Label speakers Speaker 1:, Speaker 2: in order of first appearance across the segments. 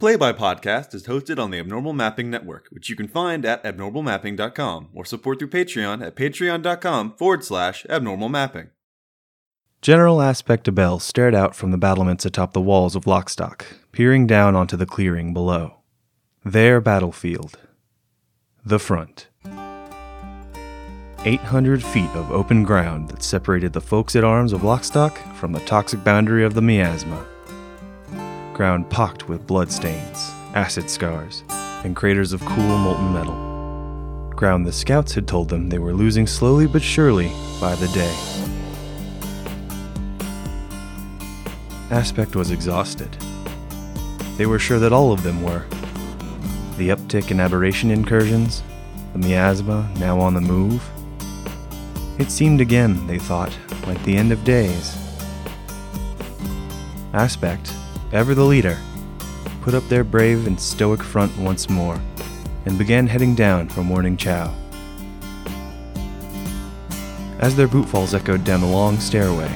Speaker 1: Play by Podcast is hosted on the Abnormal Mapping Network, which you can find at abnormalmapping.com or support through Patreon at patreon.com forward slash abnormal mapping.
Speaker 2: General Aspectabel stared out from the battlements atop the walls of Lockstock, peering down onto the clearing below. Their battlefield. The front. 800 feet of open ground that separated the folks at arms of Lockstock from the toxic boundary of the miasma. Ground pocked with bloodstains, acid scars, and craters of cool molten metal. Ground the scouts had told them they were losing slowly but surely by the day. Aspect was exhausted. They were sure that all of them were. The uptick in aberration incursions, the miasma now on the move. It seemed again, they thought, like the end of days. Aspect, ever the leader, put up their brave and stoic front once more and began heading down for morning chow. As their bootfalls echoed down the long stairway,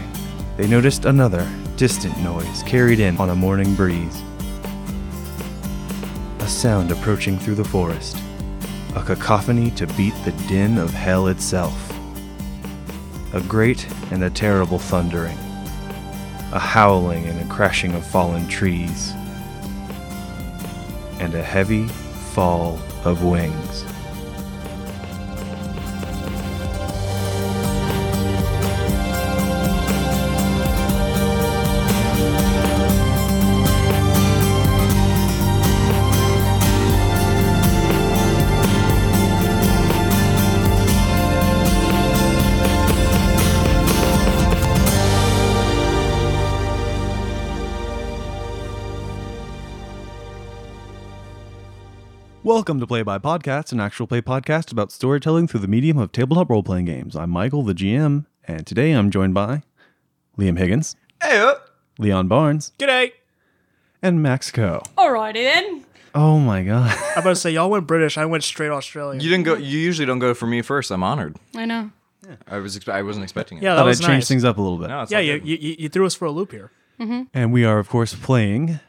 Speaker 2: they noticed another, distant noise carried in on a morning breeze. A sound approaching through the forest, a cacophony to beat the din of hell itself. A great and a terrible thundering, a howling and a crashing of fallen trees, and a heavy fall of wings. Welcome to Play by Podcast, an actual play podcast about storytelling through the medium of tabletop role playing games. I'm Michael, the GM, and today I'm joined by Liam Higgins,
Speaker 3: uh,
Speaker 1: Hey,
Speaker 2: Leon Barnes,
Speaker 4: G'day.
Speaker 2: and Max Co.
Speaker 5: Alrighty then.
Speaker 2: Oh my god.
Speaker 4: I'm about to say y'all went British. I went straight Australian.
Speaker 3: You didn't go. You usually don't go for me first. I'm honored.
Speaker 5: I know.
Speaker 3: I was. Expe- I wasn't expecting it.
Speaker 4: yeah, that
Speaker 2: Thought I'd
Speaker 4: was
Speaker 2: change
Speaker 4: nice.
Speaker 2: things up a little bit.
Speaker 3: No, it's
Speaker 4: yeah,
Speaker 3: all
Speaker 4: you,
Speaker 3: good.
Speaker 4: you you you threw us for a loop here.
Speaker 2: And we are, of course, playing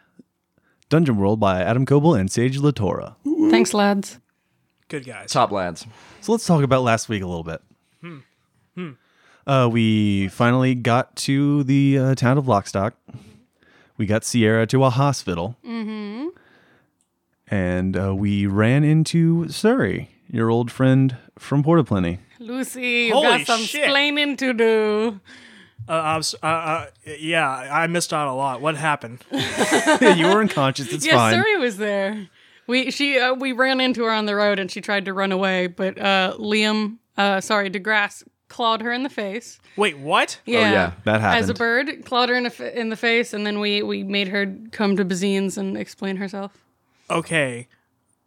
Speaker 2: Dungeon World by Adam Coble and Sage Latora.
Speaker 5: Thanks, lads.
Speaker 4: Good guys.
Speaker 3: top lads.
Speaker 2: So let's talk about last week a little bit. Uh, we finally got to the uh, town of Lockstock. We got Sierra to a hospital. Mm-hmm. And uh, we ran into Surrey, your old friend from Porta Plenty.
Speaker 5: Lucy, you
Speaker 4: Holy
Speaker 5: got some
Speaker 4: shit.
Speaker 5: explaining to do.
Speaker 4: Uh, I was, uh, uh, yeah, I missed out a lot. What happened?
Speaker 2: you were unconscious. It's
Speaker 5: Yeah,
Speaker 2: fine.
Speaker 5: Suri was there. We she uh, we ran into her on the road and she tried to run away, but uh, Liam, uh, sorry, DeGrasse clawed her in the face.
Speaker 4: Wait, what?
Speaker 5: Oh, Yeah,
Speaker 3: yeah,
Speaker 2: That happened.
Speaker 5: As a bird, clawed her in, the fa- in the face, and then we we made her come to Bazine's and explain herself.
Speaker 4: Okay,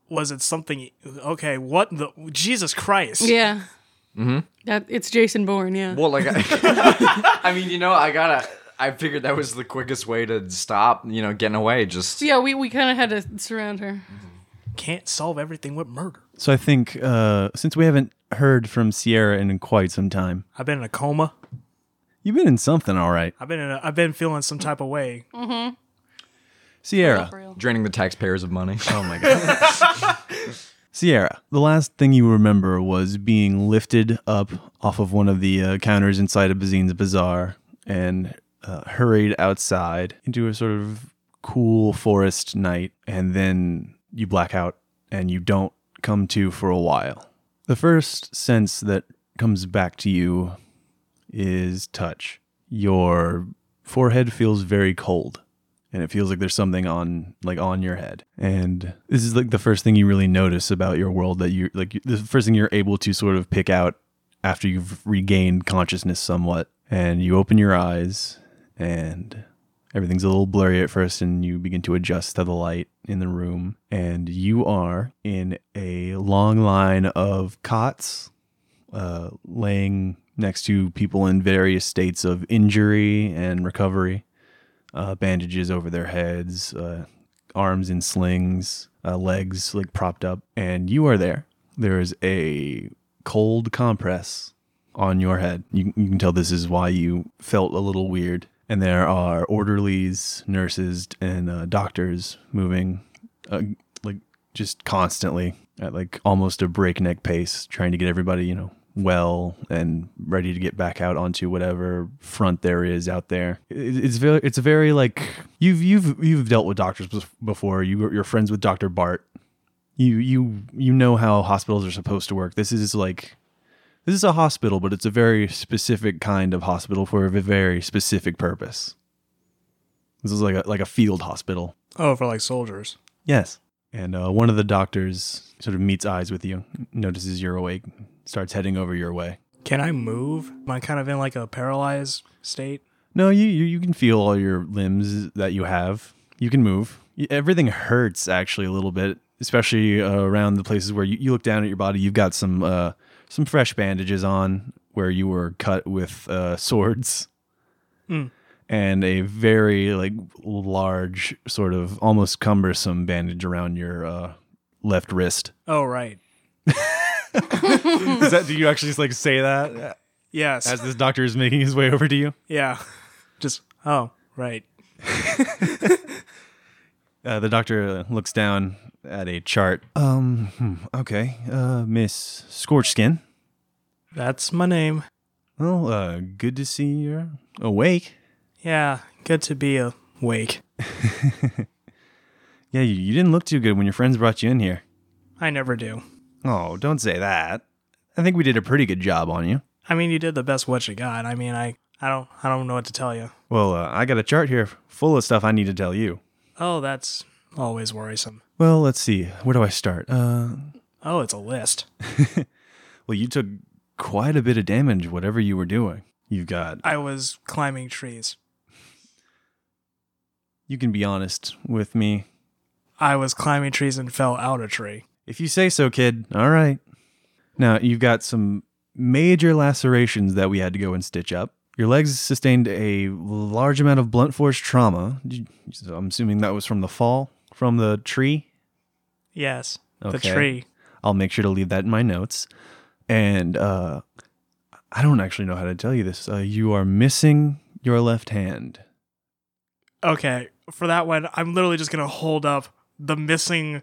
Speaker 4: was it something? Okay, what the Jesus Christ?
Speaker 5: Yeah. Mm-hmm. That it's Jason Bourne. Yeah.
Speaker 3: Well, like, I, I mean, you know, I gotta. I figured that was the quickest way to stop. You know, getting away. Just
Speaker 5: yeah, we, we kind of had to surround her.
Speaker 4: Can't solve everything with murder.
Speaker 2: so I think uh, since we haven't heard from Sierra in quite some time,
Speaker 4: I've been in a coma.
Speaker 2: you've been in something, all right.
Speaker 4: I've been in. A, I've been feeling some type of way.
Speaker 2: Sierra.
Speaker 5: For real.
Speaker 3: draining the taxpayers of money.
Speaker 2: Oh my god. Sierra, the last thing you remember was being lifted up off of one of the uh, counters inside of Bazine's bazaar and uh, hurried outside into a sort of cool forest night, and then you black out and you don't come to for a while. The first sense that comes back to you is touch. Your forehead feels very cold and it feels like there's something on like on your head and this is like the first thing you really notice about your world that you like the first thing you're able to sort of pick out after you've regained consciousness somewhat and you open your eyes and everything's a little blurry at first and you begin to adjust to the light in the room and you are in a long line of cots uh, laying next to people in various states of injury and recovery uh, bandages over their heads, uh, arms in slings, uh, legs like propped up, and you are there. There is a cold compress on your head. You, you can tell this is why you felt a little weird. And there are orderlies, nurses, and uh, doctors moving uh, like just constantly at like almost a breakneck pace, trying to get everybody, you know, well and ready to get back out onto whatever front there is out there. It- It's very, it's very like you've you've you've dealt with doctors bef- before. You were- you're friends with Doctor Bart. You you you know how hospitals are supposed to work. This is like this is a hospital, but it's a very specific kind of hospital for a very specific purpose. This is like a, like a field hospital.
Speaker 4: Oh, for like soldiers.
Speaker 2: Yes. And uh, one of the doctors sort of meets eyes with you, notices you're awake, starts heading over your way.
Speaker 4: Can I move? Am I kind of in like a paralyzed state?
Speaker 2: No, you you, you can feel all your limbs that you have. You can move. Y- Everything hurts actually a little bit, especially uh, around the places where you, you look down at your body. You've got some uh, some fresh bandages on where you were cut with uh, swords,
Speaker 4: Mm.
Speaker 2: and a very like large sort of almost cumbersome bandage around your uh, left wrist.
Speaker 4: Oh, right.
Speaker 2: Is that? Do you actually just like say that
Speaker 4: Yes.
Speaker 2: as this doctor is making his way over to you?
Speaker 4: yeah. Just, oh, right.
Speaker 2: Uh, the doctor uh, looks down at a chart. Um, hmm, okay. Uh, Miss Scorchskin.
Speaker 4: That's my name.
Speaker 2: Well, uh, good to see you're awake.
Speaker 4: Yeah. Good to be awake.
Speaker 2: Yeah, you, you didn't look too good when your friends brought you in here.
Speaker 4: I never do.
Speaker 2: Oh, don't say that. I think we did a pretty good job on you.
Speaker 4: I mean, you did the best what you got. I mean, I, I don't, I don't know what to tell you.
Speaker 2: Well, uh, I got a chart here full of stuff I need to tell you.
Speaker 4: Oh, that's always worrisome.
Speaker 2: Well, let's see. Where do I start? Uh,
Speaker 4: Oh, it's a list.
Speaker 2: well, you took quite a bit of damage, whatever you were doing. You've got
Speaker 4: I was climbing trees.
Speaker 2: You can be honest with me.
Speaker 4: I was climbing trees and fell out a tree.
Speaker 2: If you say so, kid. All right. Now, you've got some major lacerations that we had to go and stitch up. Your legs sustained a large amount of blunt force trauma. Did you- so I'm assuming that was from the fall from the tree.
Speaker 4: Yes. The
Speaker 2: Okay.
Speaker 4: tree.
Speaker 2: I'll make sure to leave that in my notes. And uh, I don't actually know how to tell you this. Uh, you are missing your left hand.
Speaker 4: Okay, for that one, I'm literally just gonna hold up the missing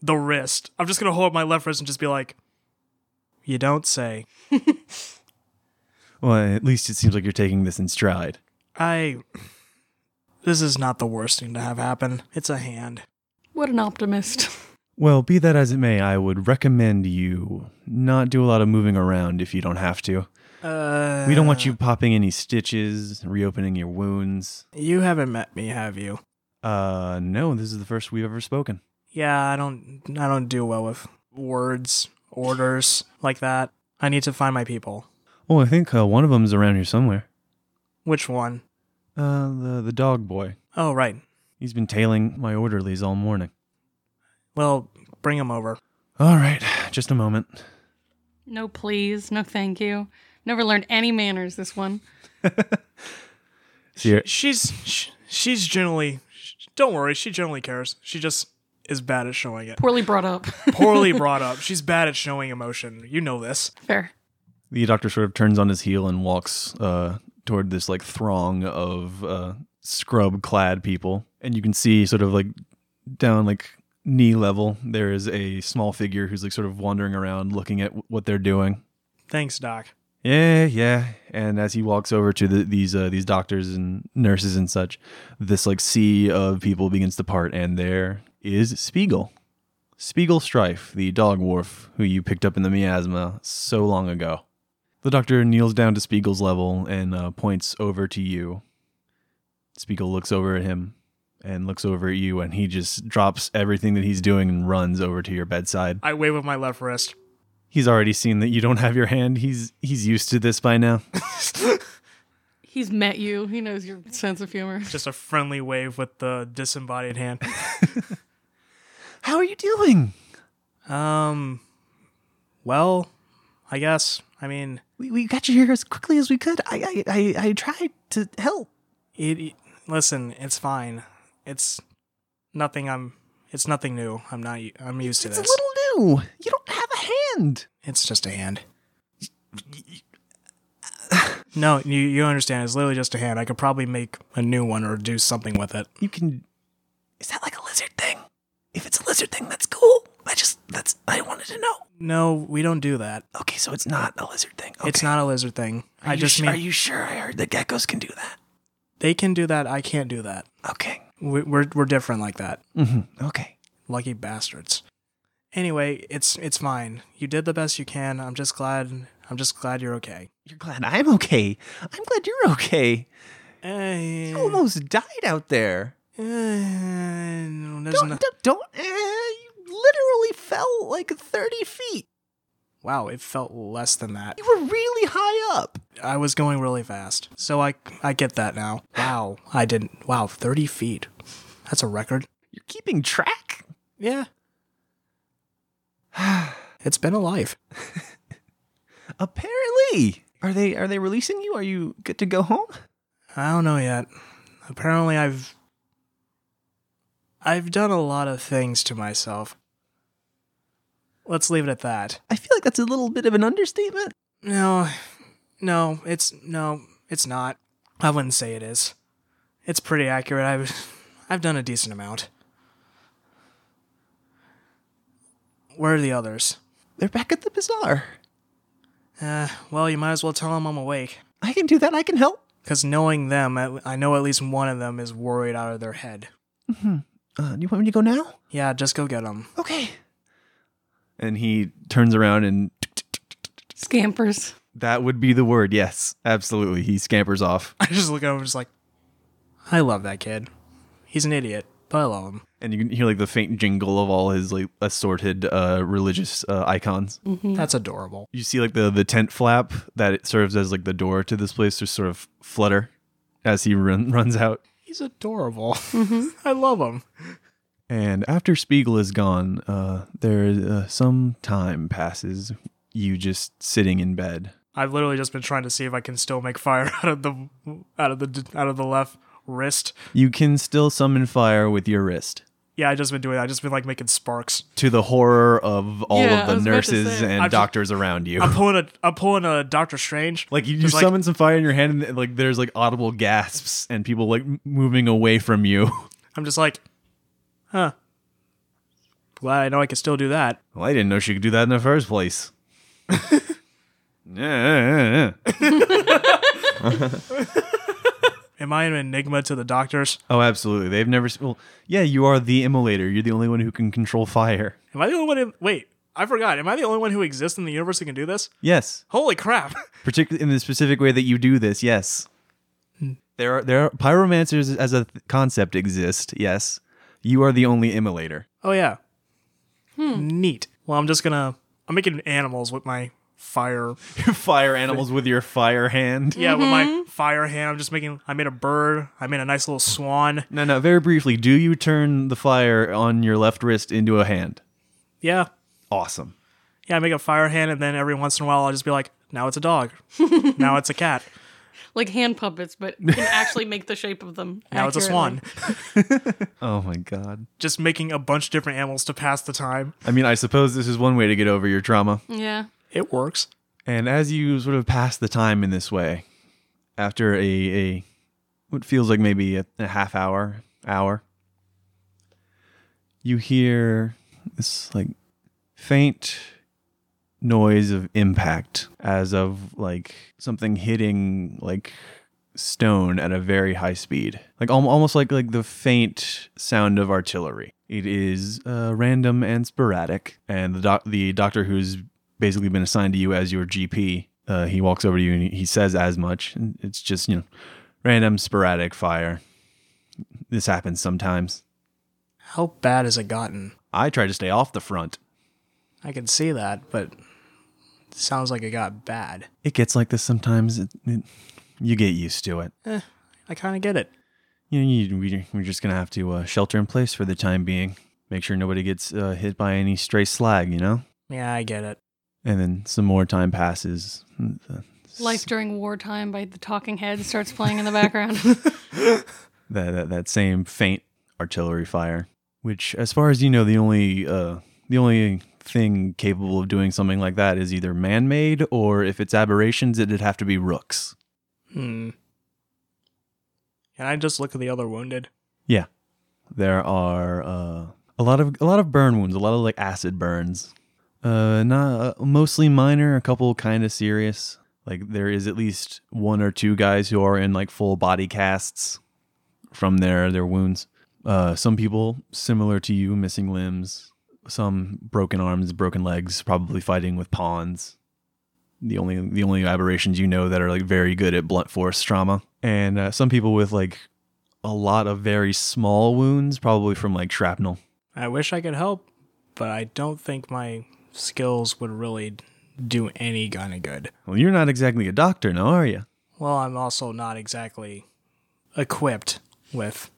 Speaker 4: the wrist. I'm just gonna hold up my left wrist and just be like, "You don't say."
Speaker 2: Well, at least it seems like you're taking this in stride.
Speaker 4: I. This is not the worst thing to have happen. It's a hand.
Speaker 5: What an optimist.
Speaker 2: Well, be that as it may, I would recommend you not do a lot of moving around if you don't have to.
Speaker 4: Uh,
Speaker 2: We don't want you popping any stitches, reopening your wounds.
Speaker 4: You haven't met me, have you?
Speaker 2: Uh, no, this is the first we've ever spoken.
Speaker 4: Yeah, I don't. I don't do well with words, orders like that. I need to find my people.
Speaker 2: Oh, I think uh, one of them's around here somewhere.
Speaker 4: Which one?
Speaker 2: Uh, the the dog boy.
Speaker 4: Oh, right.
Speaker 2: He's been tailing my orderlies all morning.
Speaker 4: Well, bring him over.
Speaker 2: All right, just a moment.
Speaker 5: No please, no thank you. Never learned any manners this one.
Speaker 2: See,
Speaker 4: she's sh- she's generally sh- don't worry she generally cares she just is bad at showing it
Speaker 5: Poorly brought up.
Speaker 4: poorly brought up she's bad at showing emotion you know this
Speaker 5: Fair.
Speaker 2: the doctor sort of turns on his heel and walks uh, toward this like throng of uh, scrub clad people and you can see sort of like down like knee level there is a small figure who's like sort of wandering around looking at w- what they're doing
Speaker 4: thanks doc
Speaker 2: yeah yeah and as he walks over to the, these uh, these doctors and nurses and such this like sea of people begins to part and there is spiegel Spiegel Strife, the dog wharf who you picked up in the miasma so long ago. The doctor kneels down to Spiegel's level and uh, points over to you. Spiegel looks over at him and looks over at you, and he just drops everything that he's doing and runs over to your bedside.
Speaker 4: i wave with my left wrist
Speaker 2: He's already seen that you don't have your hand. He's he's used to this by now.
Speaker 5: He's met you. He knows your sense of humor.
Speaker 4: just a friendly wave with the disembodied hand
Speaker 2: How are you doing?
Speaker 4: um well i guess i mean
Speaker 2: We, we got you here as quickly as we could. I I, I, I tried to help.
Speaker 4: it, it- listen it's fine it's nothing i'm it's nothing new i'm not u- i'm used to this
Speaker 2: little new. You don't have a hand.
Speaker 4: It's just a hand. No, you you understand. It's literally just a hand. I could probably make a new one or do something with it.
Speaker 2: you can is that like a lizard thing if it's a lizard thing. That's cool. I just that's I wanted to know.
Speaker 4: No, we don't do that.
Speaker 2: Okay, so it's not a lizard thing. Okay.
Speaker 4: It's not a lizard thing. I
Speaker 2: You
Speaker 4: just
Speaker 2: su-
Speaker 4: mean
Speaker 2: Are you sure? I heard that geckos can do that.
Speaker 4: they can do that. I can't do that.
Speaker 2: Okay.
Speaker 4: We, we're we're different like that.
Speaker 2: Mm-hmm. Okay.
Speaker 4: Lucky bastards. Anyway, it's it's fine. You did the best you can. I'm just glad. I'm just glad you're okay.
Speaker 2: You're glad I'm okay. I'm glad you're okay.
Speaker 4: Eh,
Speaker 2: You almost died out there.
Speaker 4: eh, no, there's
Speaker 2: Don't
Speaker 4: no-
Speaker 2: don't, don't eh, you literally fell like 30 feet.
Speaker 4: wow, it felt less than that.
Speaker 2: You were really high up.
Speaker 4: I was going really fast, so I I get that now. Wow, I didn't. Wow, thirty feet. That's a record.
Speaker 2: You're keeping track?
Speaker 4: Yeah. It's been a life.
Speaker 2: Apparently. Are they are they releasing you? Are you good to go home?
Speaker 4: I don't know yet. Apparently, I've I've done a lot of things to myself. Let's leave it at that.
Speaker 2: I feel like that's a little bit of an understatement.
Speaker 4: No, no, it's no, it's not. I wouldn't say it is. It's pretty accurate. I've I've done a decent amount. Where are the others?
Speaker 2: They're back at the bazaar.
Speaker 4: Uh, well, you might as well tell them I'm awake.
Speaker 2: I can do that. I can help.
Speaker 4: Because knowing them, I I know at least one of them is worried out of their head.
Speaker 2: Uh, you want me to go now?
Speaker 4: Yeah, just go get them.
Speaker 2: Okay. And he turns around and
Speaker 5: Scampers.
Speaker 2: that would be the word. Yes, absolutely. He scampers off
Speaker 4: I just look over and just like, I love that kid. He's an idiot, but I love him.
Speaker 2: and you can hear like the faint jingle of all his like assorted uh, religious uh, icons.
Speaker 4: That's adorable.
Speaker 2: You see like the the tent flap that it serves as like the door to this place just sort of flutter as he run, runs out.
Speaker 4: He's adorable. I love him.
Speaker 2: And after Spiegel is gone, uh, there uh, some time passes. You just sitting in bed.
Speaker 4: I've literally just been trying to see if I can still make fire out of the out of the out of the left wrist.
Speaker 2: You can still summon fire with your wrist.
Speaker 4: Yeah, I just been doing. that. I just been like making sparks.
Speaker 2: To the horror of all
Speaker 5: Yeah, I
Speaker 2: of the
Speaker 5: was about to
Speaker 2: nurses
Speaker 5: say.
Speaker 2: and
Speaker 4: I've-
Speaker 2: doctors around you.
Speaker 4: I'm pulling a I'm pulling a Doctor Strange.
Speaker 2: Like you, you
Speaker 4: Just, like-
Speaker 2: summon some fire in your hand, and like there's like audible gasps and people like m- moving away from you.
Speaker 4: I'm just like, huh. Glad I know I can still do that.
Speaker 2: Well, I didn't know she could do that in the first place. yeah, yeah, yeah.
Speaker 4: Am I an enigma to the doctors?
Speaker 2: Oh, absolutely. They've never. s- Well, yeah, you are the immolator. You're the only one who can control fire.
Speaker 4: Am I the only one? In, wait, I forgot. Am I the only one who exists in the universe who can do this?
Speaker 2: Yes,
Speaker 4: Holy crap!
Speaker 2: particularly in the specific way that you do this. Yes, there are there are pyromancers as a th- concept exist. Yes, you are the only immolator.
Speaker 4: Oh yeah. Neat. Well, I'm just gonna. I'm making animals with my fire.
Speaker 2: fire animals with your fire hand.
Speaker 4: Yeah, with my fire hand. I'm just making. I made a bird. I made a nice little swan.
Speaker 2: No, no. Very briefly, do you turn the fire on your left wrist into a hand?
Speaker 4: Yeah,
Speaker 2: Awesome.
Speaker 4: yeah. I make a fire hand, and then every once in a while, I'll just be like, now it's a dog. now it's a cat.
Speaker 5: Like hand puppets, but can actually make the shape of them.
Speaker 4: Now it's a
Speaker 5: accurately.
Speaker 4: swan.
Speaker 2: Oh my god.
Speaker 4: Just making a bunch of different animals to pass the time.
Speaker 2: I mean, I suppose this is one way to get over your trauma.
Speaker 5: Yeah.
Speaker 4: It works.
Speaker 2: And as you sort of pass the time in this way, after a, a what feels like maybe a, a half hour, hour, you hear this like faint noise of impact as of like something hitting like stone at a very high speed like al- almost like like the faint sound of artillery it is uh, random and sporadic and the doc- the doctor who's basically been assigned to you as your gp uh, he walks over to you and he- he says as much and it's just you know random sporadic fire this happens sometimes
Speaker 4: How bad has it gotten?
Speaker 2: i try to stay off the front
Speaker 4: I can see that, but it sounds like it got bad.
Speaker 2: it gets like this sometimes it, it, you get used to it
Speaker 4: I kind of get it.
Speaker 2: you know, you, we, we're just gonna have to uh, shelter in place for the time being. Make sure nobody gets uh, hit by any stray slag, you know.
Speaker 4: Yeah, I get it.
Speaker 2: And then some more time passes. The,
Speaker 5: Life during wartime by the Talking Heads starts playing in the background.
Speaker 2: that, that that same faint artillery fire, which, as far as you know, the only uh, the only thing capable of doing something like that is either man-made or, if it's aberrations, it'd have to be rooks.
Speaker 4: Hmm. And I just look at the other wounded.
Speaker 2: There are uh, a lot of a lot of burn wounds, a lot of like acid burns. Uh, not uh, mostly minor, a couple kind of serious. Like there is at least one or two guys who are in like full body casts from their their wounds. Uh, some people similar to you, missing limbs. Some broken arms, broken legs, probably fighting with pawns. The only the only aberrations you know that are like very good at blunt force trauma, and uh, some people with like a lot of very small wounds, probably from like shrapnel.
Speaker 4: I wish I could help, but I don't think my skills would really do any kind of good.
Speaker 2: Well, you're not exactly a doctor now, are you?
Speaker 4: Well, I'm also not exactly equipped with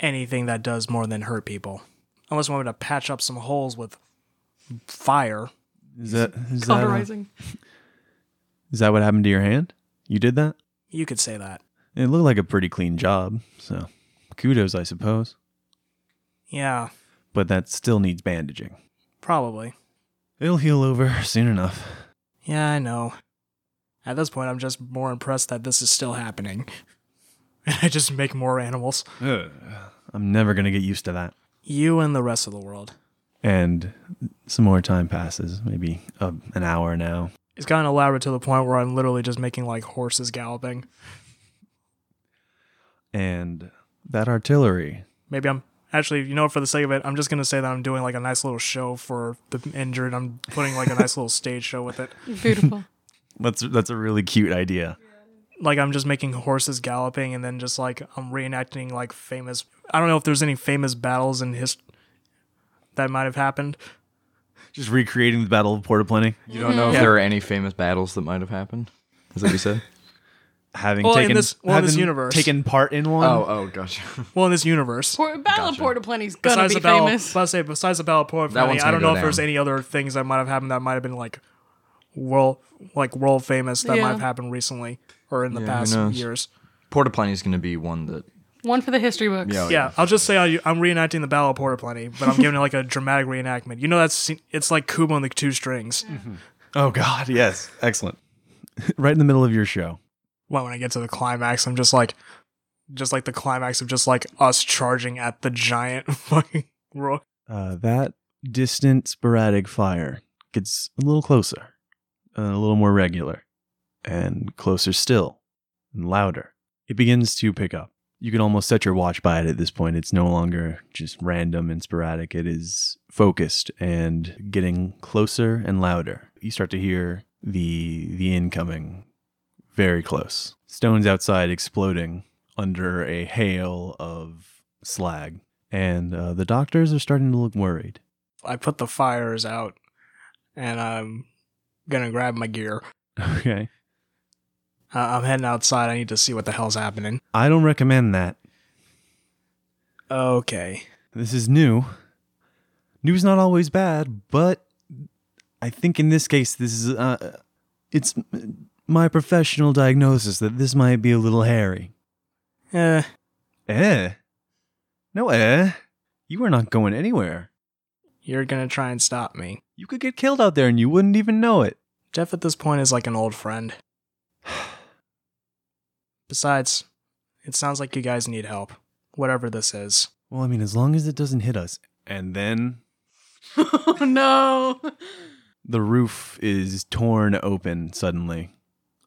Speaker 4: anything that does more than hurt people. Unless you want me to patch up some holes with fire.
Speaker 2: Is that is that,
Speaker 5: Cauterizing.
Speaker 2: is that what happened to your hand? You did that?
Speaker 4: You could say that.
Speaker 2: It looked like a pretty clean job, so kudos, I suppose.
Speaker 4: Yeah,
Speaker 2: But that still needs bandaging.
Speaker 4: probably.
Speaker 2: It'll heal over soon enough.
Speaker 4: Yeah, I know. At this point, I'm just more impressed that this is still happening. And I just make more animals.
Speaker 2: I'm never gonna get used to that.
Speaker 4: You and the rest of the world.
Speaker 2: And some more time passes, maybe uh, an hour now.
Speaker 4: It's gotten elaborate to the point where I'm literally just making like horses galloping.
Speaker 2: And that artillery,
Speaker 4: Maybe I'm actually, you know, what, for the sake of it, I'm just gonna say that I'm doing like a nice little show for the injured. I'm putting like a nice little stage show with it.
Speaker 5: Beautiful.
Speaker 2: that's that's a really cute idea.
Speaker 4: Like I'm just making horses galloping, and then just like I'm reenacting like famous. I don't know if there's any famous battles in his that might have happened.
Speaker 2: Just recreating the Battle of Porta Plenty,
Speaker 3: You don't know if there are any famous battles that might have happened. Is that what you said?
Speaker 2: having
Speaker 4: Well, in
Speaker 2: taken
Speaker 4: this- well, in this
Speaker 2: having
Speaker 4: universe.
Speaker 2: taken part in one.
Speaker 3: oh, oh, gotcha.
Speaker 4: Well, in this universe,
Speaker 5: Por- Battle of Porta Plenty's gonna
Speaker 4: besides
Speaker 5: be
Speaker 4: the battle,
Speaker 5: famous.
Speaker 4: let's say besides the battle port,
Speaker 3: That one's
Speaker 4: I don't
Speaker 3: gonna
Speaker 4: know
Speaker 3: go
Speaker 4: if there's
Speaker 3: down.
Speaker 4: any other things that might have happened that might have been like world, like world famous that might
Speaker 5: Yeah.
Speaker 4: have happened recently or in the
Speaker 3: Yeah, who
Speaker 4: past
Speaker 3: knows?
Speaker 4: years.
Speaker 3: Porta Plenty is going to be one that.
Speaker 5: One for the history books.
Speaker 3: Yeah.
Speaker 4: Yeah, I'll just say I, I'm reenacting the Battle of Porta Plenty, but I'm giving it like a dramatic reenactment. You know, that's it's like Kubo and the Two Strings.
Speaker 2: Oh God, yes, excellent. right in the middle of your show.
Speaker 4: Well, when I get to the climax, I'm just like, just like the climax of just like us charging at the giant fucking rook.
Speaker 2: Uh, that distant sporadic fire gets a little closer, uh, a little more regular, and closer still, and louder. It begins to pick up. You can almost set your watch by it at this point. It's no longer just random and sporadic. It is focused and getting closer and louder. You start to hear the the incoming very close. Stones outside exploding under a hail of slag and uh, the doctors are starting to look worried.
Speaker 4: I put the fires out, and I'm gonna grab my gear.
Speaker 2: Okay.
Speaker 4: Uh, I'm heading outside. I need to see what the hell's happening.
Speaker 2: I don't recommend that.
Speaker 4: Okay.
Speaker 2: This is new. New's not always bad, but I think in this case, this is uh, it's m- my professional diagnosis that this might be a little hairy.
Speaker 4: Eh,
Speaker 2: Eh? No, eh? You are not going anywhere.
Speaker 4: you're gonna try and stop me.
Speaker 2: You could get killed out there, and you wouldn't even know it.
Speaker 4: Jeff at this point is like an old friend. Besides, it sounds like you guys need help. Whatever this is.
Speaker 2: Well, I mean, as long as it doesn't hit us, and then
Speaker 5: oh no.
Speaker 2: The roof is torn open suddenly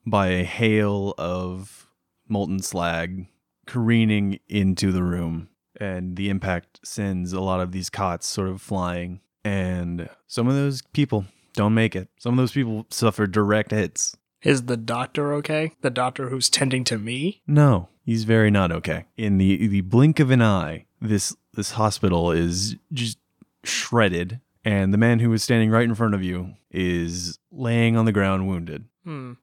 Speaker 2: by a hail of molten slag careening into the room. And the impact sends a lot of these cots sort of flying. And some of those people don't make it. Some of those people suffer direct hits.
Speaker 4: Is the doctor okay? The doctor who's tending to me?
Speaker 2: No, he's very not okay. In the the blink of an eye, this this hospital is just shredded, and the man who is standing right in front of you is laying on the ground wounded.
Speaker 4: Hmm.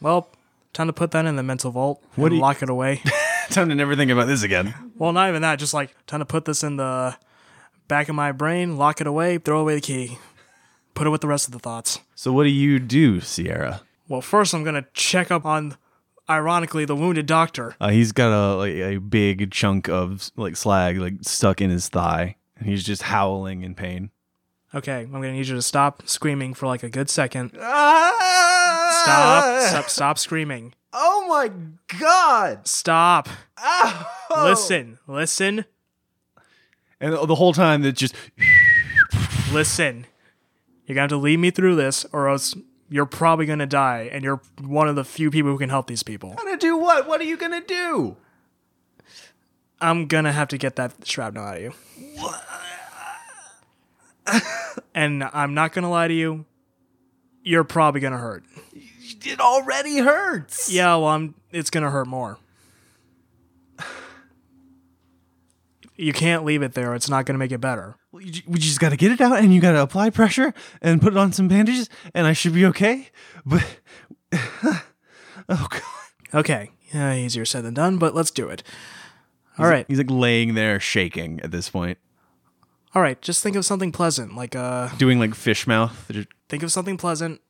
Speaker 4: Well, time to put that in the mental vault
Speaker 2: What
Speaker 4: and
Speaker 2: do you-
Speaker 4: lock it away.
Speaker 2: Time to never think about this again.
Speaker 4: well, not even that. Just like time to put this in the back of my brain, lock it away, throw away the key, put it with the rest of the thoughts.
Speaker 2: So what do you do, Sierra?
Speaker 4: Well, first I'm gonna check up on, ironically, the wounded doctor.
Speaker 2: Uh, he's got a like a big chunk of like slag like stuck in his thigh, and he's just howling in pain.
Speaker 4: Okay, I'm gonna need you to stop screaming for like a good second. Stop! Stop! Stop screaming!
Speaker 2: Oh my god!
Speaker 4: Stop! Listen! Listen!
Speaker 2: And the whole time, it's just
Speaker 4: Listen, you're going to have to lead me through this, or else you're probably going to die, and you're one of the few people who can help these people.
Speaker 3: Gonna do what? What are you gonna do?
Speaker 4: I'm going to have to get that shrapnel out of you. and I'm not going to lie to you, you're probably going to hurt.
Speaker 3: It already hurts.
Speaker 4: Yeah, well, I'm, it's going to hurt more. You can't leave it there. It's not going to make it better.
Speaker 2: Well, you, ju- we just got to get it out and you got to apply pressure and put it on some bandages and I should be okay. But oh god.
Speaker 4: Okay. Yeah, easier said than done, but let's do it. All right.
Speaker 2: He's like laying there shaking at this point,
Speaker 4: All right. Just think of something pleasant, like uh
Speaker 2: doing like fish mouth, just
Speaker 4: think of something pleasant,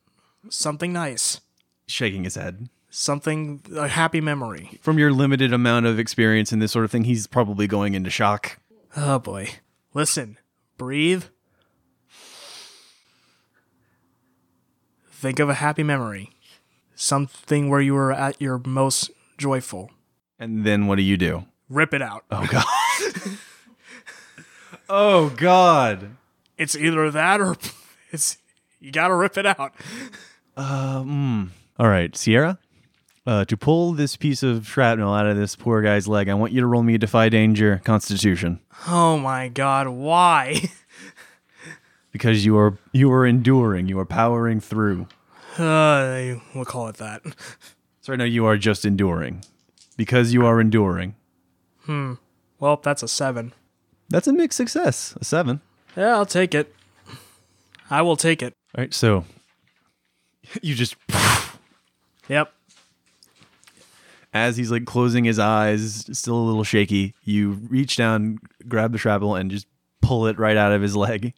Speaker 4: something nice,
Speaker 2: shaking his head.
Speaker 4: something a happy memory.
Speaker 2: From your limited amount of experience in this sort of thing, he's probably going into shock.
Speaker 4: Oh boy. Listen. Breathe. Think of a happy memory. Something where you were at your most joyful.
Speaker 2: And then what do you do?
Speaker 4: Rip it out.
Speaker 2: Oh god. oh god.
Speaker 4: It's either that or it's you got to rip it out.
Speaker 2: All right, Sierra. Uh, to pull this piece of shrapnel out of this poor guy's leg, I want you to roll me a defy danger constitution
Speaker 4: Oh my god, why?
Speaker 2: because you are you are enduring, you are powering through.
Speaker 4: Uh, we'll call it that.
Speaker 2: So right now you are just enduring because you are enduring.
Speaker 4: Well, that's a seven.
Speaker 2: That's a mixed success, a seven.
Speaker 4: Yeah, I'll take it. I will take it.
Speaker 2: All right, so you just
Speaker 4: Yep.
Speaker 2: as he's like closing his eyes, still a little shaky, you reach down, grab the shrapnel, and just pull it right out of his leg.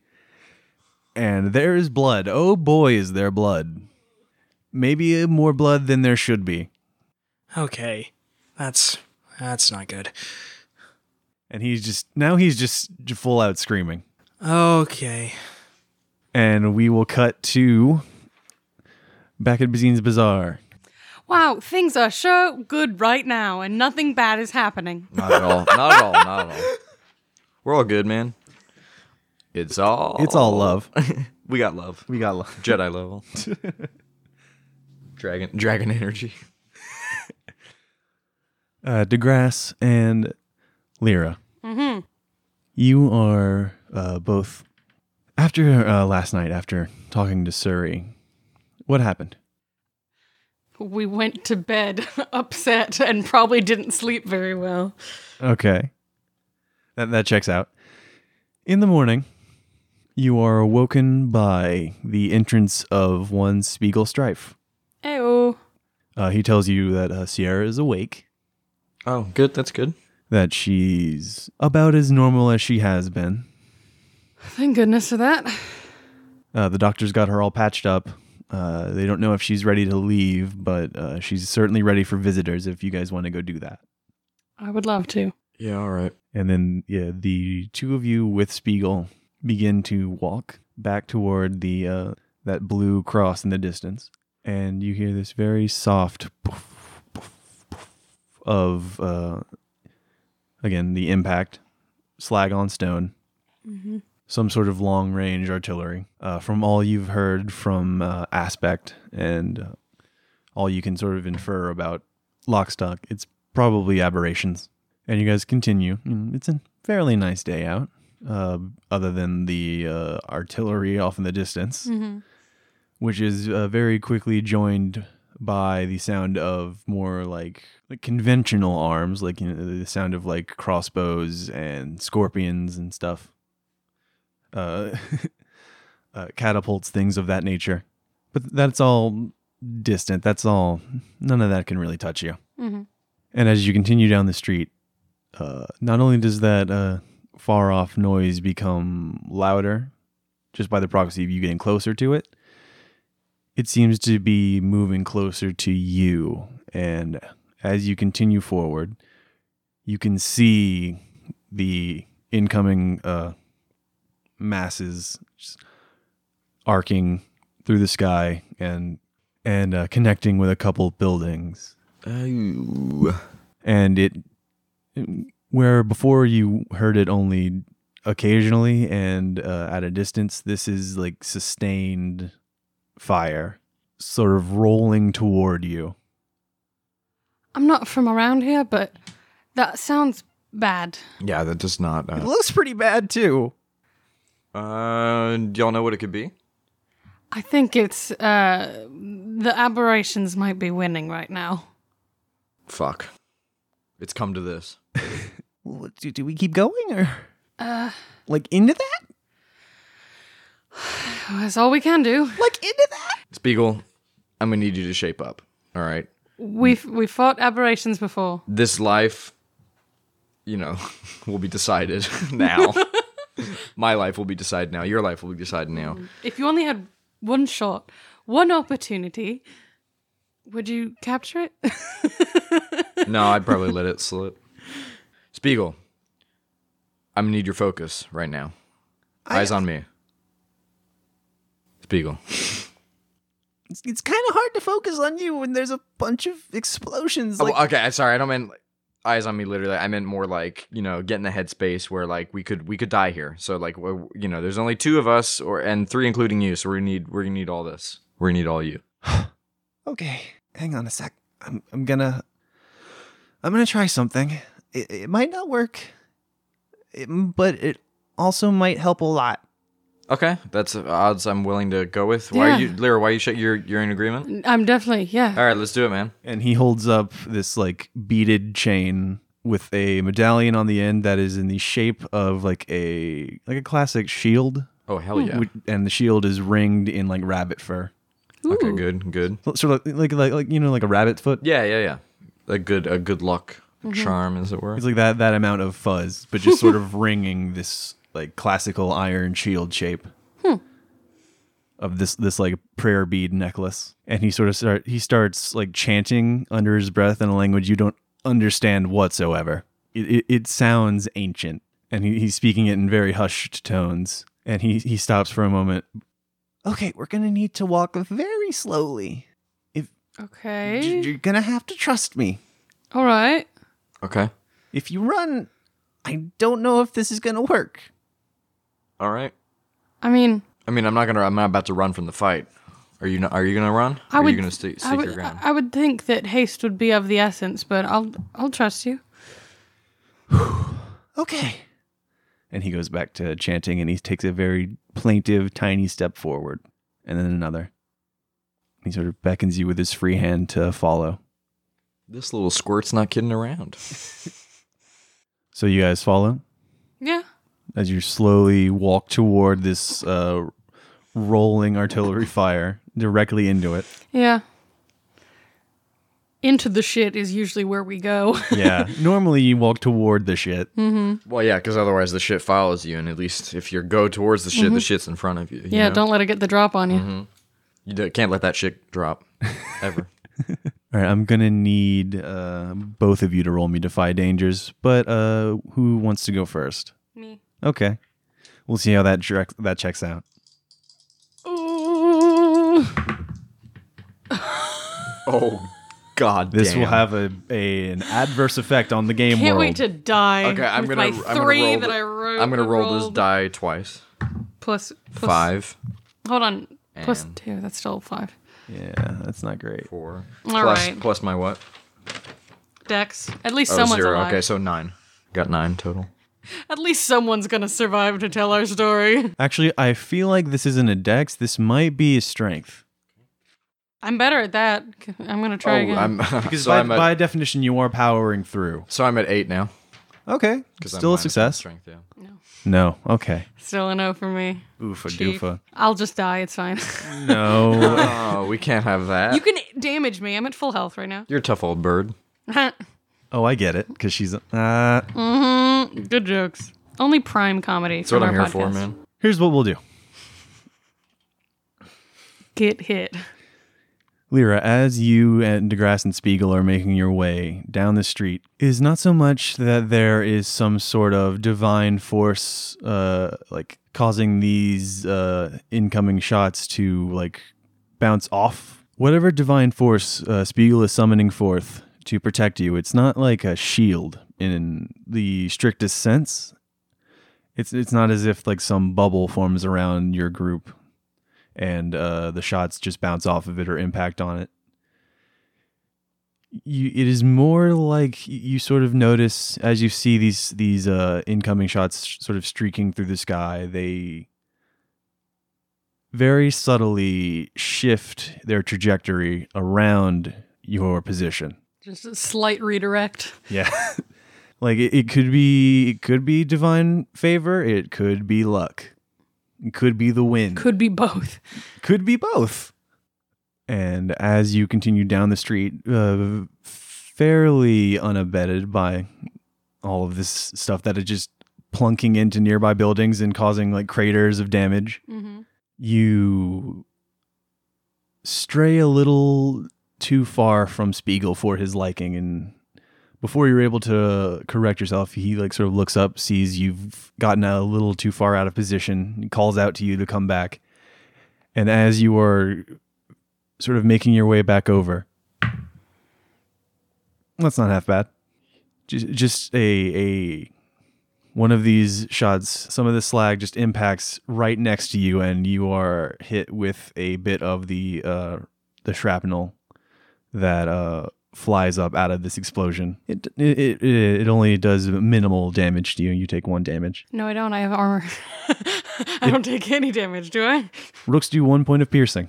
Speaker 2: And there is blood. Oh boy, is there blood. Maybe more blood than there should be.
Speaker 4: Okay. That's that's not good.
Speaker 2: And he's just now he's just j- full out screaming.
Speaker 4: Okay.
Speaker 2: And we will cut to back at Bazine's Bazaar.
Speaker 5: Wow, things are so good right now, and nothing bad is happening.
Speaker 3: Not at all. Not at all. Not at all. We're all good, man. It's all.
Speaker 2: It's all love.
Speaker 3: We got love.
Speaker 2: We got love.
Speaker 3: Jedi level. dragon. Dragon energy.
Speaker 2: uh, DeGrasse and Lyra. Mm-hmm. You are uh, both. After uh, last night, after talking to Suri, what happened?
Speaker 5: We went to bed upset and probably didn't sleep very well.
Speaker 2: Okay. That, that checks out. In the morning, you are awoken by the entrance of one Spiegel Strife.
Speaker 5: Ew.
Speaker 2: Uh, he tells you that uh, Sierra is awake,
Speaker 3: Oh, good. That's good.
Speaker 2: that she's about as normal as she has been,
Speaker 5: Thank goodness for that.
Speaker 2: Uh, the doctor's got her all patched up. Uh, they don't know if she's ready to leave, but uh, she's certainly ready for visitors if you guys want to go do that.
Speaker 5: I would love to.
Speaker 3: Yeah. All right.
Speaker 2: And then, yeah, the two of you with Spiegel begin to walk back toward the uh, that blue cross in the distance, and you hear this very soft poof, poof, poof of uh, again the impact slag on stone. some sort of long range artillery. Uh, from all you've heard from uh, Aspect and uh, all you can sort of infer about Lockstock, it's probably aberrations. And you guys continue. Mm, It's a fairly nice day out, uh, other than the uh, artillery off in the distance,
Speaker 5: Mm-hmm.
Speaker 2: which is uh, very quickly joined by the sound of more like, like conventional arms, like you know, the sound of like crossbows and scorpions and stuff uh, uh, catapults, things of that nature. But that's all distant. That's all. None of that can really touch you.
Speaker 5: Mhm.
Speaker 2: And as you continue down the street, uh, not only does that uh, far off noise become louder just by the proxy of you getting closer to it, it seems to be moving closer to you. And as you continue forward, you can see the incoming uh, masses just arcing through the sky and and uh, connecting with a couple buildings
Speaker 3: Ooh.
Speaker 2: and it where before you heard it only occasionally and uh, at a distance. This is like sustained fire, sort of rolling toward you.
Speaker 5: I'm not from around here, but that sounds bad.
Speaker 3: Yeah, that does not. Uh,
Speaker 2: looks pretty bad too.
Speaker 3: uh, do y'all know what it could be?
Speaker 5: I think it's uh, the aberrations might be winning right now.
Speaker 3: Fuck. It's come to this.
Speaker 2: Do, do we keep going or
Speaker 5: Uh,
Speaker 2: like into that?
Speaker 5: that's all we can do.
Speaker 2: Like into that?
Speaker 3: Spiegel, I'm gonna need you to shape up. All right.
Speaker 5: We've we fought aberrations before.
Speaker 3: This life, you know, will be decided now. My life will be decided now. Your life will be decided now.
Speaker 5: If you only had one shot, one opportunity, would you capture it?
Speaker 3: No, I'd probably let it slip. Spiegel, I'm gonna need your focus right now. Eyes on me. Spiegel.
Speaker 2: It's, it's kind of hard to focus on you when there's a bunch of explosions.
Speaker 3: Oh, okay, I'm sorry. I don't mean like, eyes on me. Literally, I meant more like you know, get in the headspace where like we could we could die here. So like we're- you know, there's only two of us, or and three including you. So we need we need all this. We need all you.
Speaker 2: Okay, hang on a sec. I'm I'm gonna I'm gonna try something. It, it might not work, it, but it also might help a lot.
Speaker 3: Okay, that's odds I'm willing to go with. Why
Speaker 5: Yeah.
Speaker 3: are you, Lyra? Why are you sh- you're you're in agreement?
Speaker 5: I'm definitely yeah.
Speaker 3: All right, let's do it, man.
Speaker 2: And he holds up this like beaded chain with a medallion on the end that is in the shape of like a like a classic shield,
Speaker 3: Oh hell
Speaker 5: Hmm.
Speaker 3: yeah.
Speaker 2: which- and the shield is ringed in like rabbit fur,
Speaker 3: Okay, good, good.
Speaker 2: sort of like like like you know like a rabbit foot.
Speaker 3: Yeah, yeah, yeah. A good a good luck
Speaker 5: Mm-hmm.
Speaker 3: charm, as it were.
Speaker 2: It's like that that amount of fuzz, but just sort of ringing this like classical iron shield shape of this this like prayer bead necklace. And he sort of start he starts like chanting under his breath in a language you don't understand whatsoever. It it, it sounds ancient, and he, he's speaking it in very hushed tones. And he he stops for a moment. Okay, we're gonna need to walk very slowly. If
Speaker 5: Okay.
Speaker 2: you're gonna have to trust me.
Speaker 5: All right.
Speaker 3: Okay.
Speaker 2: If you run, I don't know if this is going to work.
Speaker 3: All right.
Speaker 5: I mean,
Speaker 3: I mean, I'm not gonna. I'm not about to run from the fight. Are you? Not, are you gonna run?
Speaker 5: I
Speaker 3: are
Speaker 5: would.
Speaker 3: you gonna stay,
Speaker 5: I
Speaker 3: stick
Speaker 5: would,
Speaker 3: your ground?
Speaker 5: I would think that haste would be of the essence, but I'll I'll trust you.
Speaker 2: Okay. And he goes back to chanting and he takes a very plaintive, tiny step forward and then another. He sort of beckons you with his free hand to follow.
Speaker 3: This little squirt's not kidding around.
Speaker 2: So you guys follow
Speaker 5: Yeah.
Speaker 2: as you slowly walk toward this uh, rolling artillery fire directly into it.
Speaker 5: Yeah. Into the shit is usually where we go.
Speaker 2: Yeah. Normally you walk toward the shit.
Speaker 3: Well, yeah, because otherwise the shit follows you, and at least if you go towards the shit, the shit's in front of you. you
Speaker 5: Mm-hmm. yeah,
Speaker 3: know?
Speaker 5: don't let it get the drop on you.
Speaker 3: Mm-hmm. You d- can't let that shit drop ever.
Speaker 2: All right, I'm gonna need uh, both of you to roll me defy dangers, but uh, who wants to go first?
Speaker 5: Me.
Speaker 2: Okay, we'll see how that direct- that checks out.
Speaker 5: Ooh.
Speaker 3: oh, god.
Speaker 2: This will have a, a an adverse effect on the game
Speaker 5: Can't
Speaker 2: world.
Speaker 5: wait to die.
Speaker 3: Okay, I'm
Speaker 5: with
Speaker 3: gonna.
Speaker 5: my
Speaker 3: I'm
Speaker 5: 3
Speaker 3: gonna roll
Speaker 5: that
Speaker 3: the-
Speaker 5: I wrote.
Speaker 3: I'm gonna roll this
Speaker 5: rolled.
Speaker 3: die twice.
Speaker 5: Plus, plus
Speaker 3: Five,
Speaker 5: Hold on. Plus
Speaker 3: And-
Speaker 5: two. That's still five.
Speaker 2: yeah, that's not great.
Speaker 3: four.
Speaker 5: All
Speaker 3: plus-
Speaker 5: right.
Speaker 3: plus my what?
Speaker 5: Dex. At least
Speaker 3: Oh,
Speaker 5: someone's
Speaker 3: zero.
Speaker 5: alive.
Speaker 3: Okay, so nine. Got nine total.
Speaker 5: At least someone's gonna survive to tell our story.
Speaker 2: Actually, I feel like this isn't a dex. This might be a strength
Speaker 5: I'm better at that. I'm gonna try again.
Speaker 3: Oh, I'm
Speaker 2: because
Speaker 3: so
Speaker 2: by,
Speaker 3: I'm at
Speaker 2: by definition you are powering through.
Speaker 3: so I'm at eight now.
Speaker 2: Okay,
Speaker 3: 'cause I'm
Speaker 2: still a
Speaker 3: minus my
Speaker 2: success.
Speaker 3: Strength, yeah.
Speaker 2: No, okay.
Speaker 5: Still a no for me.
Speaker 2: Oofa
Speaker 5: Chief.
Speaker 2: doofa.
Speaker 5: I'll just die. It's fine.
Speaker 2: No.
Speaker 3: Oh, we can't have that.
Speaker 5: you can damage me. I'm at full health right now.
Speaker 3: You're a tough old bird.
Speaker 2: oh, I get it because she's. Uh,
Speaker 5: Mhm. Good jokes. Only prime comedy.
Speaker 3: That's what
Speaker 5: from
Speaker 3: I'm here
Speaker 5: our
Speaker 3: for,
Speaker 5: podcast.
Speaker 3: man.
Speaker 2: here's what we'll do.
Speaker 5: Get hit.
Speaker 2: Lyra, as you and DeGrasse and Spiegel are making your way down the street, it is not so much that there is some sort of divine force, uh, like causing these uh, incoming shots to like bounce off. Whatever divine force uh, Spiegel is summoning forth to protect you, it's not like a shield in the strictest sense. It's it's not as if like some bubble forms around your group, and uh, the shots just bounce off of it or impact on it. You, it is more like y- you sort of notice as you see these these uh, incoming shots sh- sort of streaking through the sky. They very subtly shift their trajectory around your position.
Speaker 5: Just a slight redirect.
Speaker 2: Yeah. like it, it could be it could be divine favor, it could be luck. It could be the wind.
Speaker 5: Could be both.
Speaker 2: Could be both. And as you continue down the street, uh, fairly unabated by all of this stuff that is just plunking into nearby buildings and causing like craters of damage,
Speaker 5: hmm
Speaker 2: you stray a little too far from Spiegel for his liking and before you're able to correct yourself he like sort of looks up sees you've gotten a little too far out of position he calls out to you to come back and as you are sort of making your way back over that's not half bad just, just a a one of these shots, some of the slag just impacts right next to you, and you are hit with a bit of the uh, the shrapnel that uh, flies up out of this explosion. It, it it it only does minimal damage to you. You take one damage.
Speaker 5: No, I don't. I have armor. I don't take any damage, do I?
Speaker 2: Rooks do one point of piercing.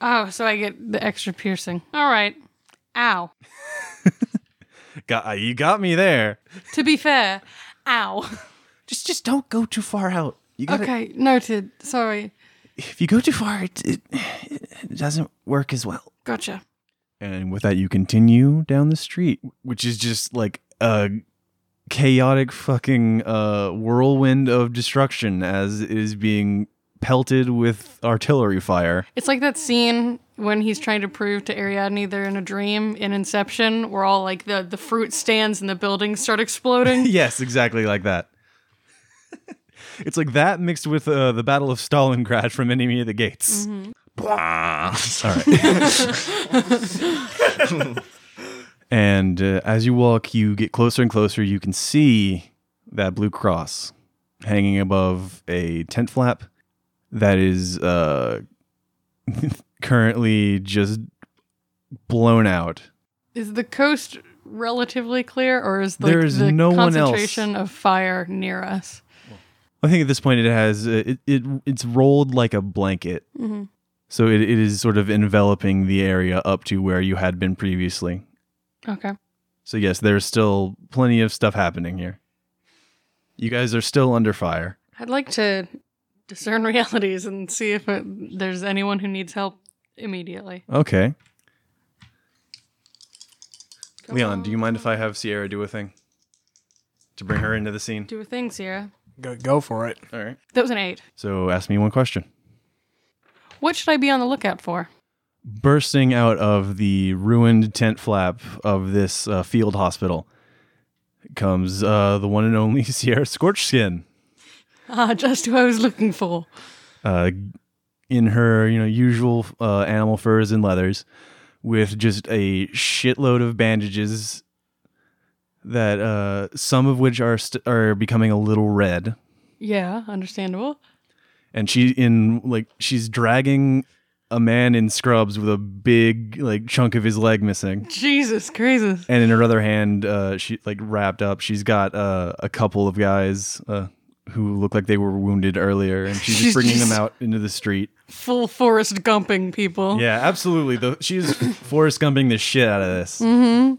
Speaker 5: Oh, so I get the extra piercing. All right. Ow.
Speaker 2: Got you got me there.
Speaker 5: To be fair, ow.
Speaker 2: Just just don't go too far out. You gotta,
Speaker 5: Okay, noted. Sorry.
Speaker 2: If you go too far, it, it it doesn't work as well.
Speaker 5: Gotcha.
Speaker 2: And with that, you continue down the street, which is just like a chaotic fucking uh, whirlwind of destruction as it is being pelted with artillery fire.
Speaker 5: It's like that scene when he's trying to prove to Ariadne they're in a dream in Inception, where all like the, the fruit stands and the buildings start exploding.
Speaker 2: yes, exactly like that. it's like that mixed with uh, the Battle of Stalingrad from Enemy of the Gates. All right. And uh, as you walk, you get closer and closer. You can see that blue cross hanging above a tent flap that is uh, currently just blown out.
Speaker 5: Is the coast relatively clear, or is the,
Speaker 2: There is
Speaker 5: the
Speaker 2: no one else.
Speaker 5: concentration of fire near us?
Speaker 2: I think at this point it has uh, it, it it's rolled like a blanket,
Speaker 5: Mhm.
Speaker 2: so it, it is sort of enveloping the area up to where you had been previously.
Speaker 5: Okay.
Speaker 2: So yes, there's still plenty of stuff happening here. You guys are still under fire.
Speaker 5: I'd like to discern realities and see if uh there's anyone who needs help immediately.
Speaker 2: Okay. Leon, do you mind if I have Sierra do a thing? To bring her into the scene?
Speaker 5: Do a thing, Sierra.
Speaker 4: Go, go for it.
Speaker 2: All right.
Speaker 5: That was an eight.
Speaker 2: So ask me one question.
Speaker 5: What should I be on the lookout for?
Speaker 2: Bursting out of the ruined tent flap of this uh, field hospital comes uh, the one and only Sierra Scorchskin.
Speaker 5: Ah, just who I was looking for.
Speaker 2: uh, in her you know usual uh, animal furs and leathers, with just a shitload of bandages that uh, some of which are st- are becoming a little red,
Speaker 5: Yeah, understandable.
Speaker 2: and she in like she's dragging a man in scrubs with a big like chunk of his leg missing.
Speaker 5: Jesus, crazy.
Speaker 2: And in her other hand, uh, she like wrapped up. She's got uh, a couple of guys uh, who look like they were wounded earlier, and she's just
Speaker 5: She's
Speaker 2: bringing them
Speaker 5: just-
Speaker 2: out into the street.
Speaker 5: Full forest gumping people.
Speaker 2: Yeah, absolutely. The, she's forest gumping the shit out of this.
Speaker 5: Mm-hmm.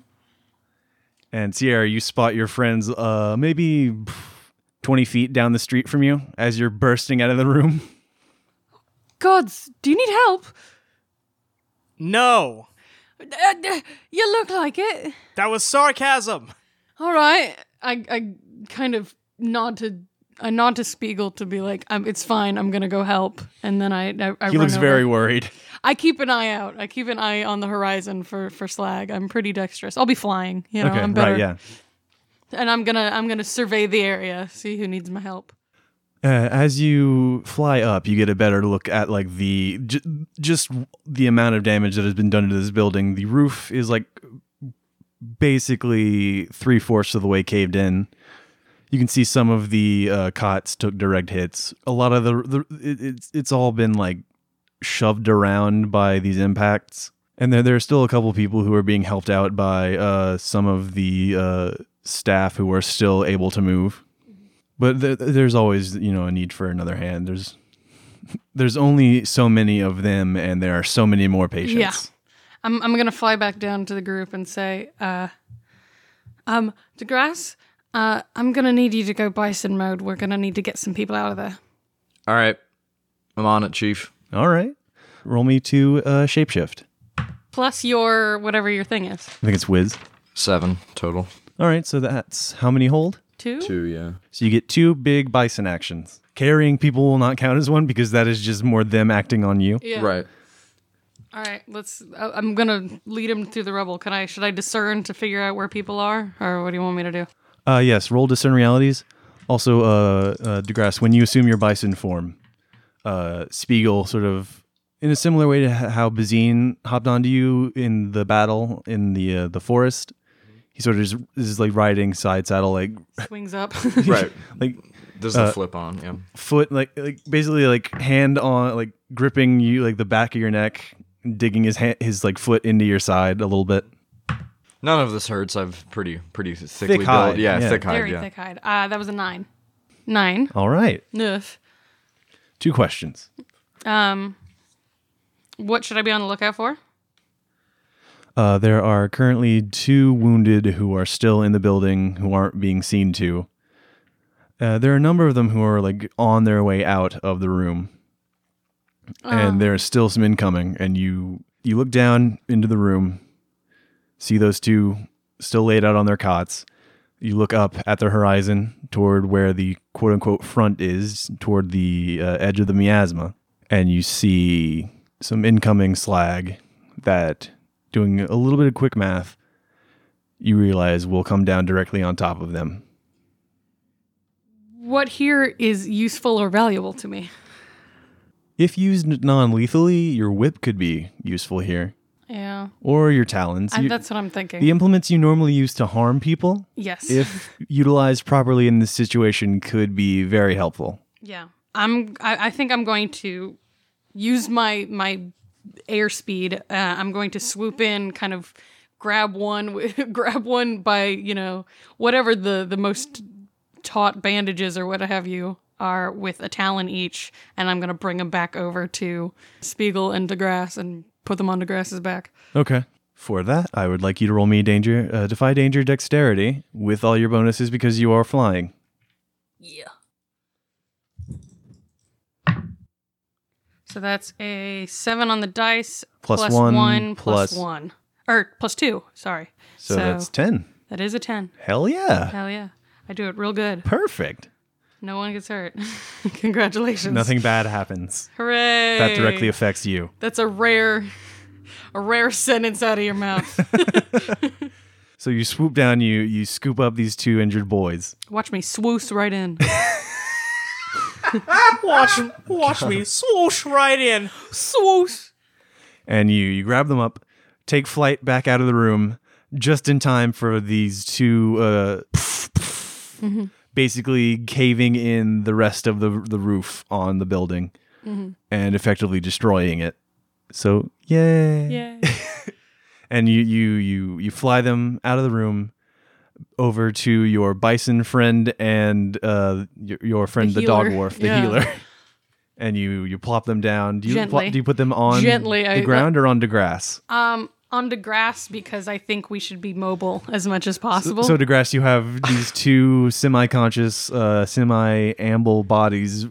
Speaker 2: And Sierra, you spot your friends uh, maybe pff, 20 feet down the street from you as you're bursting out of the room.
Speaker 5: Gods, do you need help?
Speaker 4: No,
Speaker 5: Uh, d- you look like it.
Speaker 4: that was sarcasm.
Speaker 5: All right. I, I kind of nod to I nod to Spiegel to be like, um, it's fine. I'm gonna go help. And then I I, I
Speaker 2: He
Speaker 5: run
Speaker 2: looks
Speaker 5: over.
Speaker 2: very worried.
Speaker 5: I keep an eye out. I keep an eye on the horizon for for slag. I'm pretty dexterous. I'll be flying. You know,
Speaker 2: okay,
Speaker 5: I'm better.
Speaker 2: right, yeah.
Speaker 5: And I'm gonna I'm gonna survey the area, see who needs my help.
Speaker 2: Uh, as you fly up, you get a better look at like the j- just the amount of damage that has been done to this building. The roof is like basically three fourths of the way caved in. You can see some of the uh, cots took direct hits. A lot of the, the it, it's it's all been like shoved around by these impacts. And there there are still a couple people who are being helped out by uh, some of the uh, staff who are still able to move. But there, there's always you know a need for another hand. There's there's only so many of them, and there are so many more patients.
Speaker 5: Yeah. I'm I'm gonna fly back down to the group and say, uh, um, DeGrasse, uh, I'm gonna need you to go bison mode. We're gonna need to get some people out of there.
Speaker 3: All right. I'm on it, Chief.
Speaker 2: All right. Roll me to uh, shapeshift.
Speaker 5: Plus your whatever your thing is.
Speaker 2: I think it's whiz.
Speaker 3: Seven total.
Speaker 2: All right, so that's how many hold?
Speaker 5: Two.
Speaker 3: Two, yeah.
Speaker 2: So you get two big bison actions. Carrying people will not count as one because that is just more them acting on you.
Speaker 5: Yeah.
Speaker 3: Right.
Speaker 5: All right. Let's. I- I'm gonna lead him through the rubble. Can I? Should I discern to figure out where people are, or what do you want me to do?
Speaker 2: Uh, yes, roll discern realities. Also, uh, uh, DeGrasse, when you assume your bison form, uh, Spiegel sort of, in a similar way to h- how Bazine hopped onto you in the battle in the uh, the forest, he sort of is, is like riding side saddle, like
Speaker 5: Swings up.
Speaker 3: Right.
Speaker 2: like
Speaker 3: There's
Speaker 2: Uh,
Speaker 3: the flip on, yeah.
Speaker 2: foot like like basically like hand on like gripping you like the back of your neck digging his hand his like foot into your side a little bit
Speaker 3: None of this hurts. I've pretty pretty thickly built.
Speaker 2: hide,
Speaker 3: Yeah,
Speaker 2: yeah.
Speaker 3: thick hide.
Speaker 5: Very
Speaker 3: yeah.
Speaker 5: thick hide. Uh, that was a nine. Nine.
Speaker 2: all right
Speaker 5: Nuff.
Speaker 2: two questions
Speaker 5: Um. What should I be on the lookout for?
Speaker 2: uh there are currently two wounded who are still in the building who aren't being seen to uh, there are a number of them who are like on their way out of the room and there's still some incoming and you you look down into the room see those two still laid out on their cots you look up at the horizon toward where the quote unquote front is toward the uh, edge of the miasma and you see some incoming slag that doing a little bit of quick math you realize will come down directly on top of them
Speaker 5: What here is useful or valuable to me?
Speaker 2: if used non-lethally your whip could be useful here
Speaker 5: Yeah.
Speaker 2: or your talons
Speaker 5: I-
Speaker 2: You-
Speaker 5: that's what I'm thinking.
Speaker 2: The implements you normally use to harm people,
Speaker 5: yes.
Speaker 2: if utilized properly in this situation, could be very helpful.
Speaker 5: Yeah, I'm. I, I think I'm going to use my my airspeed. Uh, I'm going to swoop in, kind of grab one, with- grab one by you know whatever the the most taut bandages or what have you are with a talon each, and I'm going to bring them back over to Spiegel and DeGrasse and put them on DeGrasse's back.
Speaker 2: Okay. For that, I would like you to roll me danger, uh, defy danger, dexterity with all your bonuses because you are flying.
Speaker 5: Yeah. So that's a seven on the dice
Speaker 2: Plus
Speaker 5: plus
Speaker 2: one,
Speaker 5: one plus,
Speaker 2: plus-
Speaker 5: one or plus two. Sorry.
Speaker 2: So, that's ten.
Speaker 5: that is a ten.
Speaker 2: Hell yeah!
Speaker 5: Hell yeah, I do it real good.
Speaker 2: Perfect.
Speaker 5: No one gets hurt. Congratulations.
Speaker 2: Nothing bad happens.
Speaker 5: Hooray!
Speaker 2: That directly affects you.
Speaker 5: That's a rare, a rare sentence out of your mouth.
Speaker 2: So you swoop down, you you scoop up these two injured boys.
Speaker 5: Watch me swoos right in.
Speaker 4: Ah, Watch, watch me swoosh right in.
Speaker 5: swoosh.
Speaker 2: and you you grab them up, take flight back out of the room just in time for these two uh,
Speaker 5: Mm-hmm.
Speaker 2: basically caving in the rest of the the roof on the building
Speaker 5: Mm-hmm.
Speaker 2: and effectively destroying it. So yay!
Speaker 5: Yeah.
Speaker 2: And you you you you fly them out of the room over to your bison friend and uh, your, your friend the,
Speaker 5: The
Speaker 2: dog
Speaker 5: healer.
Speaker 2: wharf the
Speaker 5: Yeah.
Speaker 2: healer. And you you plop them down. Do you plop-
Speaker 5: Gently.
Speaker 2: do you put them on
Speaker 5: Gently,
Speaker 2: the
Speaker 5: I-
Speaker 2: ground or onto grass?
Speaker 5: Um, on the grass because I think we should be mobile as much as possible.
Speaker 2: So, DeGrasse, you have these two semi-conscious, uh, semi-amble bodies,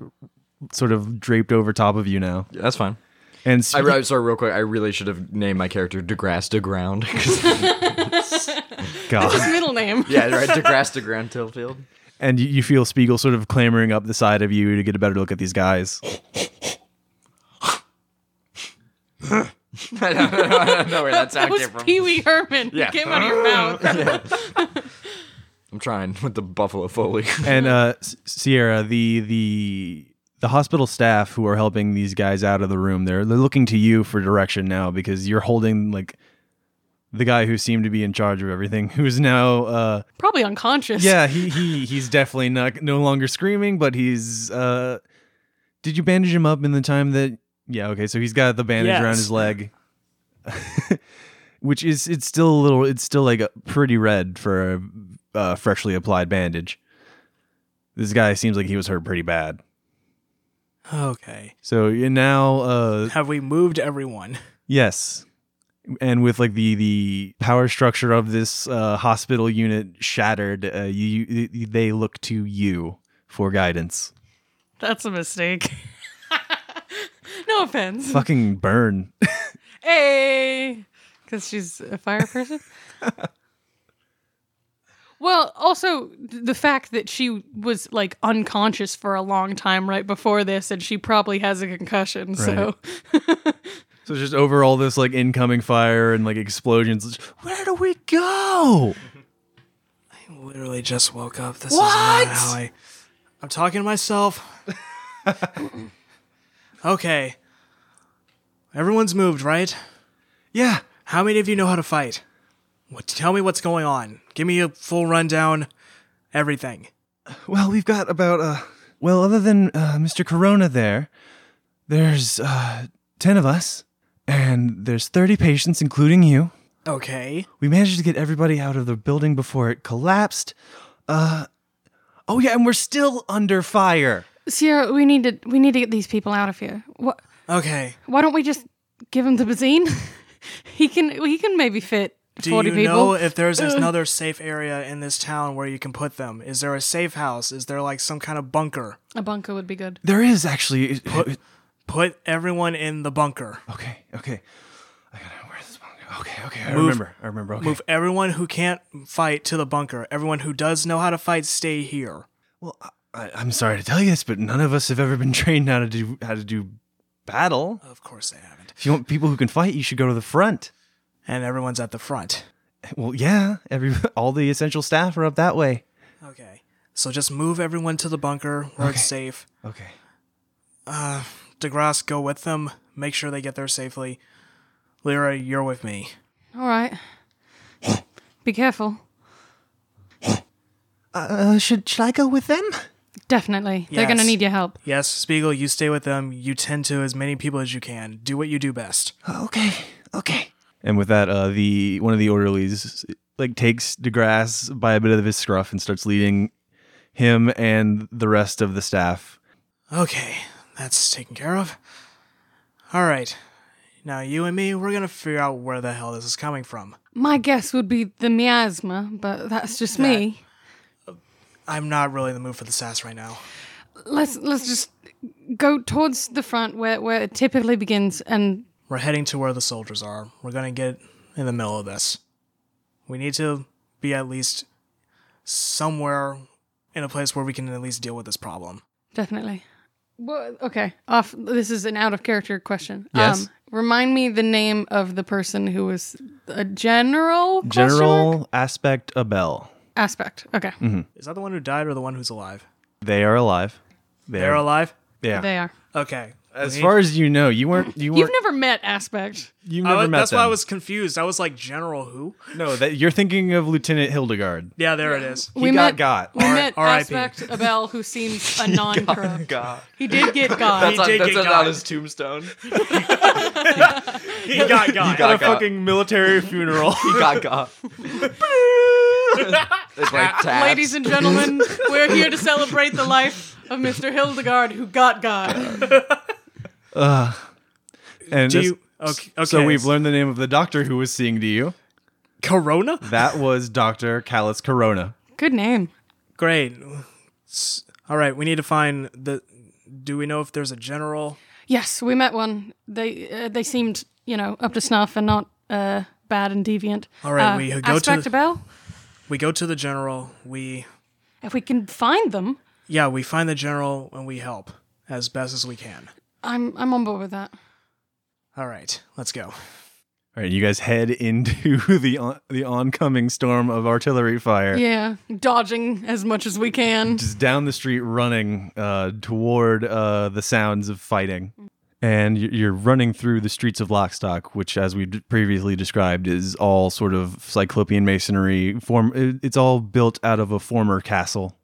Speaker 2: sort of draped over top of you now.
Speaker 3: Yeah, that's fine.
Speaker 2: And Sp-
Speaker 3: I, re- I'm sorry, real quick. I really should have named my character DeGrasse DeGround. 'cause-
Speaker 2: God.
Speaker 5: middle name.
Speaker 3: yeah, right. DeGrasse DeGround Tillfield.
Speaker 2: and you, you feel Spiegel sort of clamoring up the side of you to get a better look at these guys.
Speaker 3: I don't know- I don't know where that
Speaker 5: That
Speaker 3: sound
Speaker 5: was
Speaker 3: came from.
Speaker 5: Pee Wee Herman. It
Speaker 3: Yeah.
Speaker 5: came out of your mouth.
Speaker 3: I'm trying with the Buffalo Foley.
Speaker 2: and uh, S- Sierra, the the the hospital staff who are helping these guys out of the room, they're they're looking to you for direction now because you're holding like the guy who seemed to be in charge of everything, who's now uh,
Speaker 5: Probably unconscious.
Speaker 2: yeah, he, he he's definitely not no longer screaming, but he's uh, did you bandage him up in the time that? Yeah, okay, so he's got the bandage around
Speaker 4: Yes.
Speaker 2: his leg, which is it's still a little, it's still like a pretty red for a uh, freshly applied bandage. This guy seems like he was hurt pretty bad.
Speaker 4: Okay.
Speaker 2: So you now, uh,
Speaker 4: Have we moved everyone?
Speaker 2: yes, and with like the the power structure of this uh, hospital unit shattered, uh, you, you they look to you for guidance.
Speaker 5: That's a mistake. no offense.
Speaker 2: Fucking burn.
Speaker 5: Hey, because she's a fire person. well, also th- the fact that she was like unconscious for a long time right before this, and she probably has a concussion. So
Speaker 2: So just over all this like incoming fire and like explosions. it's just, Where do we go?
Speaker 4: I literally just woke up. This is
Speaker 5: What?
Speaker 4: not how I. I'm talking to myself. okay. Everyone's moved, right?
Speaker 2: Yeah.
Speaker 4: How many of you know how to fight? What, tell me what's going on. Give me a full rundown. Everything.
Speaker 2: Well, we've got about uh well, other than uh, Mr. Corona there, there's uh 10 of us and there's 30 patients including you.
Speaker 4: Okay.
Speaker 2: We managed to get everybody out of the building before it collapsed. Uh Oh yeah, and we're still under fire.
Speaker 5: Sierra, we need to we need to get these people out of here. What?
Speaker 4: Okay.
Speaker 5: Why don't we just give him the bazine? he can he can maybe fit
Speaker 4: Do
Speaker 5: forty
Speaker 4: you
Speaker 5: people.
Speaker 4: know if there's another safe area in this town where you can put them? Is there a safe house? Is there like some kind of bunker?
Speaker 5: a bunker would be good.
Speaker 2: There is actually
Speaker 4: Put everyone in the bunker.
Speaker 2: Okay, okay. I gotta where's this bunker? Okay, okay, I
Speaker 4: Move.
Speaker 2: remember. I remember. Okay.
Speaker 4: Move everyone who can't fight to the bunker. Everyone who does know how to fight, stay here.
Speaker 2: Well, I- I, I'm sorry to tell you this, but none of us have ever been trained how to do how to do battle.
Speaker 4: Of course they haven't.
Speaker 2: If you want people who can fight, you should go to the front.
Speaker 4: And everyone's at the front.
Speaker 2: Well, yeah, every all the essential staff are up that way.
Speaker 4: Okay. So just move everyone to the bunker where it's safe.
Speaker 2: Okay.
Speaker 4: Uh, DeGrasse, go with them. Make sure they get there safely. Lyra, you're with me.
Speaker 5: All right. be careful.
Speaker 2: Uh, should should I go with them?
Speaker 5: Definitely, they're gonna
Speaker 4: Yes.
Speaker 5: need your help.
Speaker 4: Yes, Spiegel, you stay with them. You tend to as many people as you can. Do what you do best.
Speaker 2: Okay. Okay. And with that, uh, the one of the orderlies like takes DeGrasse by a bit of his scruff and starts leading him and the rest of the staff.
Speaker 4: Okay, that's taken care of. All right. Now, you and me, we're going to figure out where the hell this is coming from.
Speaker 5: My guess would be the miasma, but that's just me.
Speaker 4: I'm not really in the mood for the sass right now.
Speaker 5: Let's let's just go towards the front where where it typically begins and
Speaker 4: We're heading to where the soldiers are. We're going to get in the middle of this. We need to be at least somewhere in a place where we can at least deal with this problem.
Speaker 5: definitely. Well, okay. Off. This is an out of character question. Um,
Speaker 2: Yes.
Speaker 5: remind me the name of the person who was a general. question mark?
Speaker 2: General Mm-hmm. aspect Abel.
Speaker 5: aspect. Okay,
Speaker 4: Is that the one who died or the one who's alive?
Speaker 2: They are alive. They
Speaker 4: They're
Speaker 2: are.
Speaker 4: alive?
Speaker 2: Yeah.
Speaker 5: they are.
Speaker 4: Okay.
Speaker 2: As far as you know, you weren't. You
Speaker 5: You've
Speaker 2: weren't.
Speaker 5: never met aspect.
Speaker 2: You've
Speaker 4: I
Speaker 2: never
Speaker 4: was,
Speaker 2: met
Speaker 4: that's why I
Speaker 2: them.
Speaker 4: was confused. I was like, General who?
Speaker 2: No, that you're thinking of Lieutenant Hildegard.
Speaker 4: Yeah, there it is.
Speaker 2: He got got.
Speaker 5: We met
Speaker 4: R.I.P..
Speaker 5: aspect Abel, who seems a non-corrupt.
Speaker 2: God.
Speaker 5: He did get God.
Speaker 3: That's, on,
Speaker 4: did
Speaker 3: that's
Speaker 4: get
Speaker 3: on
Speaker 4: got.
Speaker 3: his tombstone.
Speaker 4: He got
Speaker 3: got
Speaker 4: got.
Speaker 3: got.
Speaker 2: Fucking military funeral.
Speaker 3: He got got. it's like tabs.
Speaker 5: Ladies and gentlemen, we're here to celebrate the life of Mr. Hildegard, who got God.
Speaker 2: and
Speaker 4: Do
Speaker 2: this-
Speaker 4: you, okay, okay.
Speaker 2: so we've learned the name of the doctor who was seeing to you.
Speaker 4: Corona?
Speaker 2: That was Doctor Callus Corona.
Speaker 5: Good name.
Speaker 4: Great. S- All right, we need to find the. Do we know if there's a general?
Speaker 5: Yes, we met one. They uh, they seemed, you know, up to snuff and not uh, bad and deviant.
Speaker 4: All right,
Speaker 5: Uh,
Speaker 4: we go to
Speaker 5: aspect
Speaker 4: the-
Speaker 5: Abel.
Speaker 4: We go to the general. We
Speaker 5: If we can find them,
Speaker 4: yeah, we find the general and we help as best as we can.
Speaker 5: I'm I'm on board with that.
Speaker 4: All right, let's go.
Speaker 2: All right, you guys head into the on, the oncoming storm of artillery fire.
Speaker 5: Yeah, dodging as much as we can.
Speaker 2: Just down the street, running uh, toward uh, the sounds of fighting. and y- you're running through the streets of Lockstock, which, as we d- previously described, is all sort of Cyclopean masonry. Form it- it's all built out of a former castle,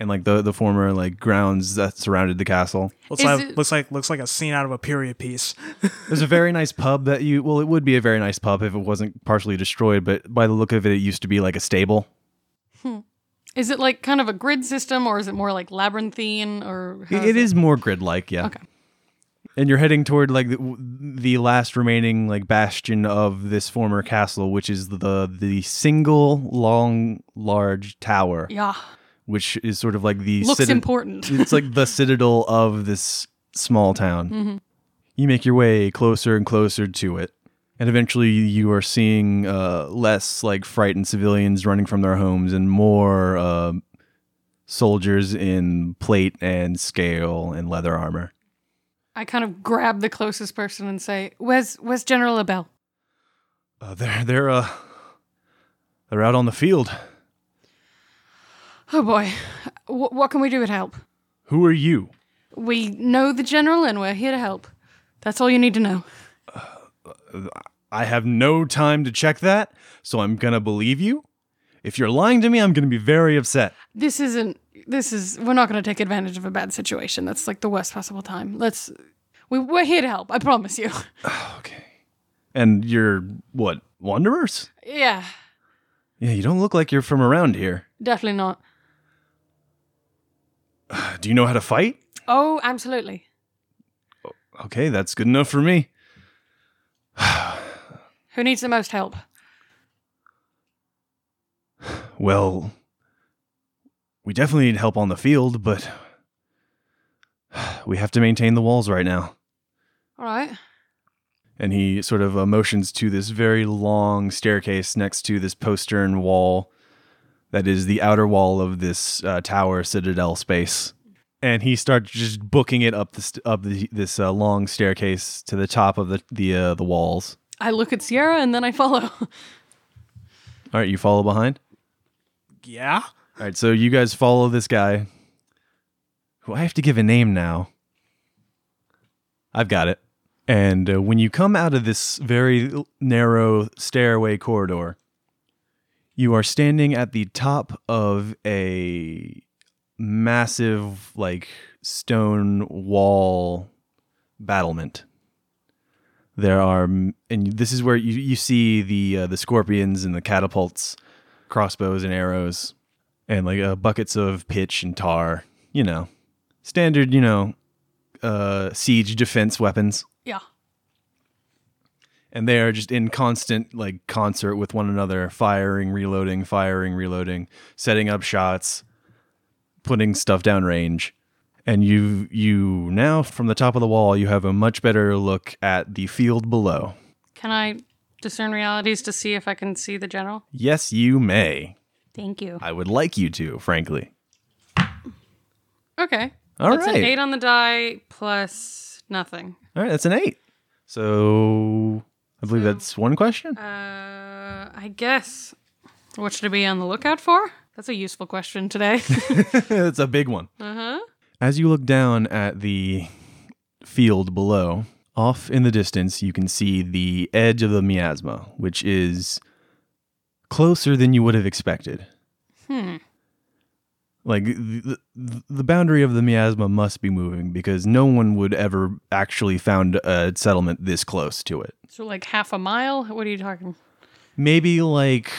Speaker 2: and like the the former like grounds that surrounded the castle.
Speaker 4: Looks
Speaker 5: Is
Speaker 4: like
Speaker 5: it-
Speaker 4: looks like looks like a scene out of a period piece.
Speaker 2: There's a very nice pub that you well, it would be a very nice pub if it wasn't partially destroyed, but by the look of it, it used to be like a stable.
Speaker 5: Is it like kind of a grid system, or is it more like labyrinthine, or how
Speaker 2: it is more grid-like, yeah.
Speaker 5: Okay.
Speaker 2: And you're heading toward like the, w- the last remaining like bastion of this former castle, which is the the single long large tower,
Speaker 5: Yeah,
Speaker 2: which is sort of like the
Speaker 5: looks
Speaker 2: cita-
Speaker 5: important.
Speaker 2: it's like the citadel of this small town. You make your way closer and closer to it, and eventually you are seeing uh, less like frightened civilians running from their homes and more uh, soldiers in plate and scale and leather armor.
Speaker 5: I kind of grab the closest person and say, "Where's Where's General Abel?"
Speaker 2: Uh, they're they're uh, they're out on the field.
Speaker 5: Oh boy, Wh- what can we do to help?
Speaker 2: Who are you?
Speaker 5: We know the general, and we're here to help. That's all you need to know.
Speaker 2: I have no time to check that, so I'm gonna believe you. If you're lying to me, I'm gonna be very upset.
Speaker 5: This isn't. This is. We're not going to take advantage of a bad situation. That's like the worst possible time. Let's. We, we're here to help. I promise you.
Speaker 2: Okay. And you're what? Wanderers?
Speaker 5: yeah,
Speaker 2: Yeah, you don't look like you're from around here.
Speaker 5: definitely not.
Speaker 2: Do you know how to fight?
Speaker 5: Oh, absolutely.
Speaker 2: Okay, that's good enough for me.
Speaker 5: Who needs the most help?
Speaker 2: Well, we definitely need help on the field, but we have to maintain the walls right now.
Speaker 5: All right.
Speaker 2: And he sort of uh, motions to this very long staircase next to this postern wall that is the outer wall of this uh, tower citadel space. And he starts just booking it up this up the, this uh, long staircase to the top of the the uh, the walls.
Speaker 5: I look at Sierra and then I follow.
Speaker 2: All right, you follow behind.
Speaker 4: Yeah.
Speaker 2: All right, so you guys follow this guy who I have to give a name now. I've got it. And uh, when you come out of this very l- narrow stairway corridor, you are standing at the top of a massive, like, stone wall battlement. There are, m- and this is where you, you see the uh, the scorpions and the catapults, crossbows and arrows and like uh, buckets of pitch and tar, you know, standard, you know, uh, siege defense weapons.
Speaker 5: Yeah.
Speaker 2: And they are just in constant like concert with one another, firing, reloading, firing, reloading, setting up shots, putting stuff down range. And you you now from the top of the wall, you have a much better look at the field below.
Speaker 5: Can I discern realities to see if I can see the general?
Speaker 2: Yes, you may.
Speaker 5: Thank you.
Speaker 2: I would like you to, frankly.
Speaker 5: Okay.
Speaker 2: All
Speaker 5: That's
Speaker 2: right.
Speaker 5: an eight on the die plus nothing.
Speaker 2: All right, that's an eight. So I believe that's one question.
Speaker 5: Uh, I guess. What should I be on the lookout for? That's a useful question today.
Speaker 2: it's a big one.
Speaker 5: uh huh.
Speaker 2: As you look down at the field below, off in the distance, you can see the edge of the miasma, which is closer than you would have expected.
Speaker 5: Hmm.
Speaker 2: Like the, the, the boundary of the miasma must be moving because no one would ever actually found a settlement this close to it.
Speaker 5: So like half a mile? What are you talking?
Speaker 2: Maybe like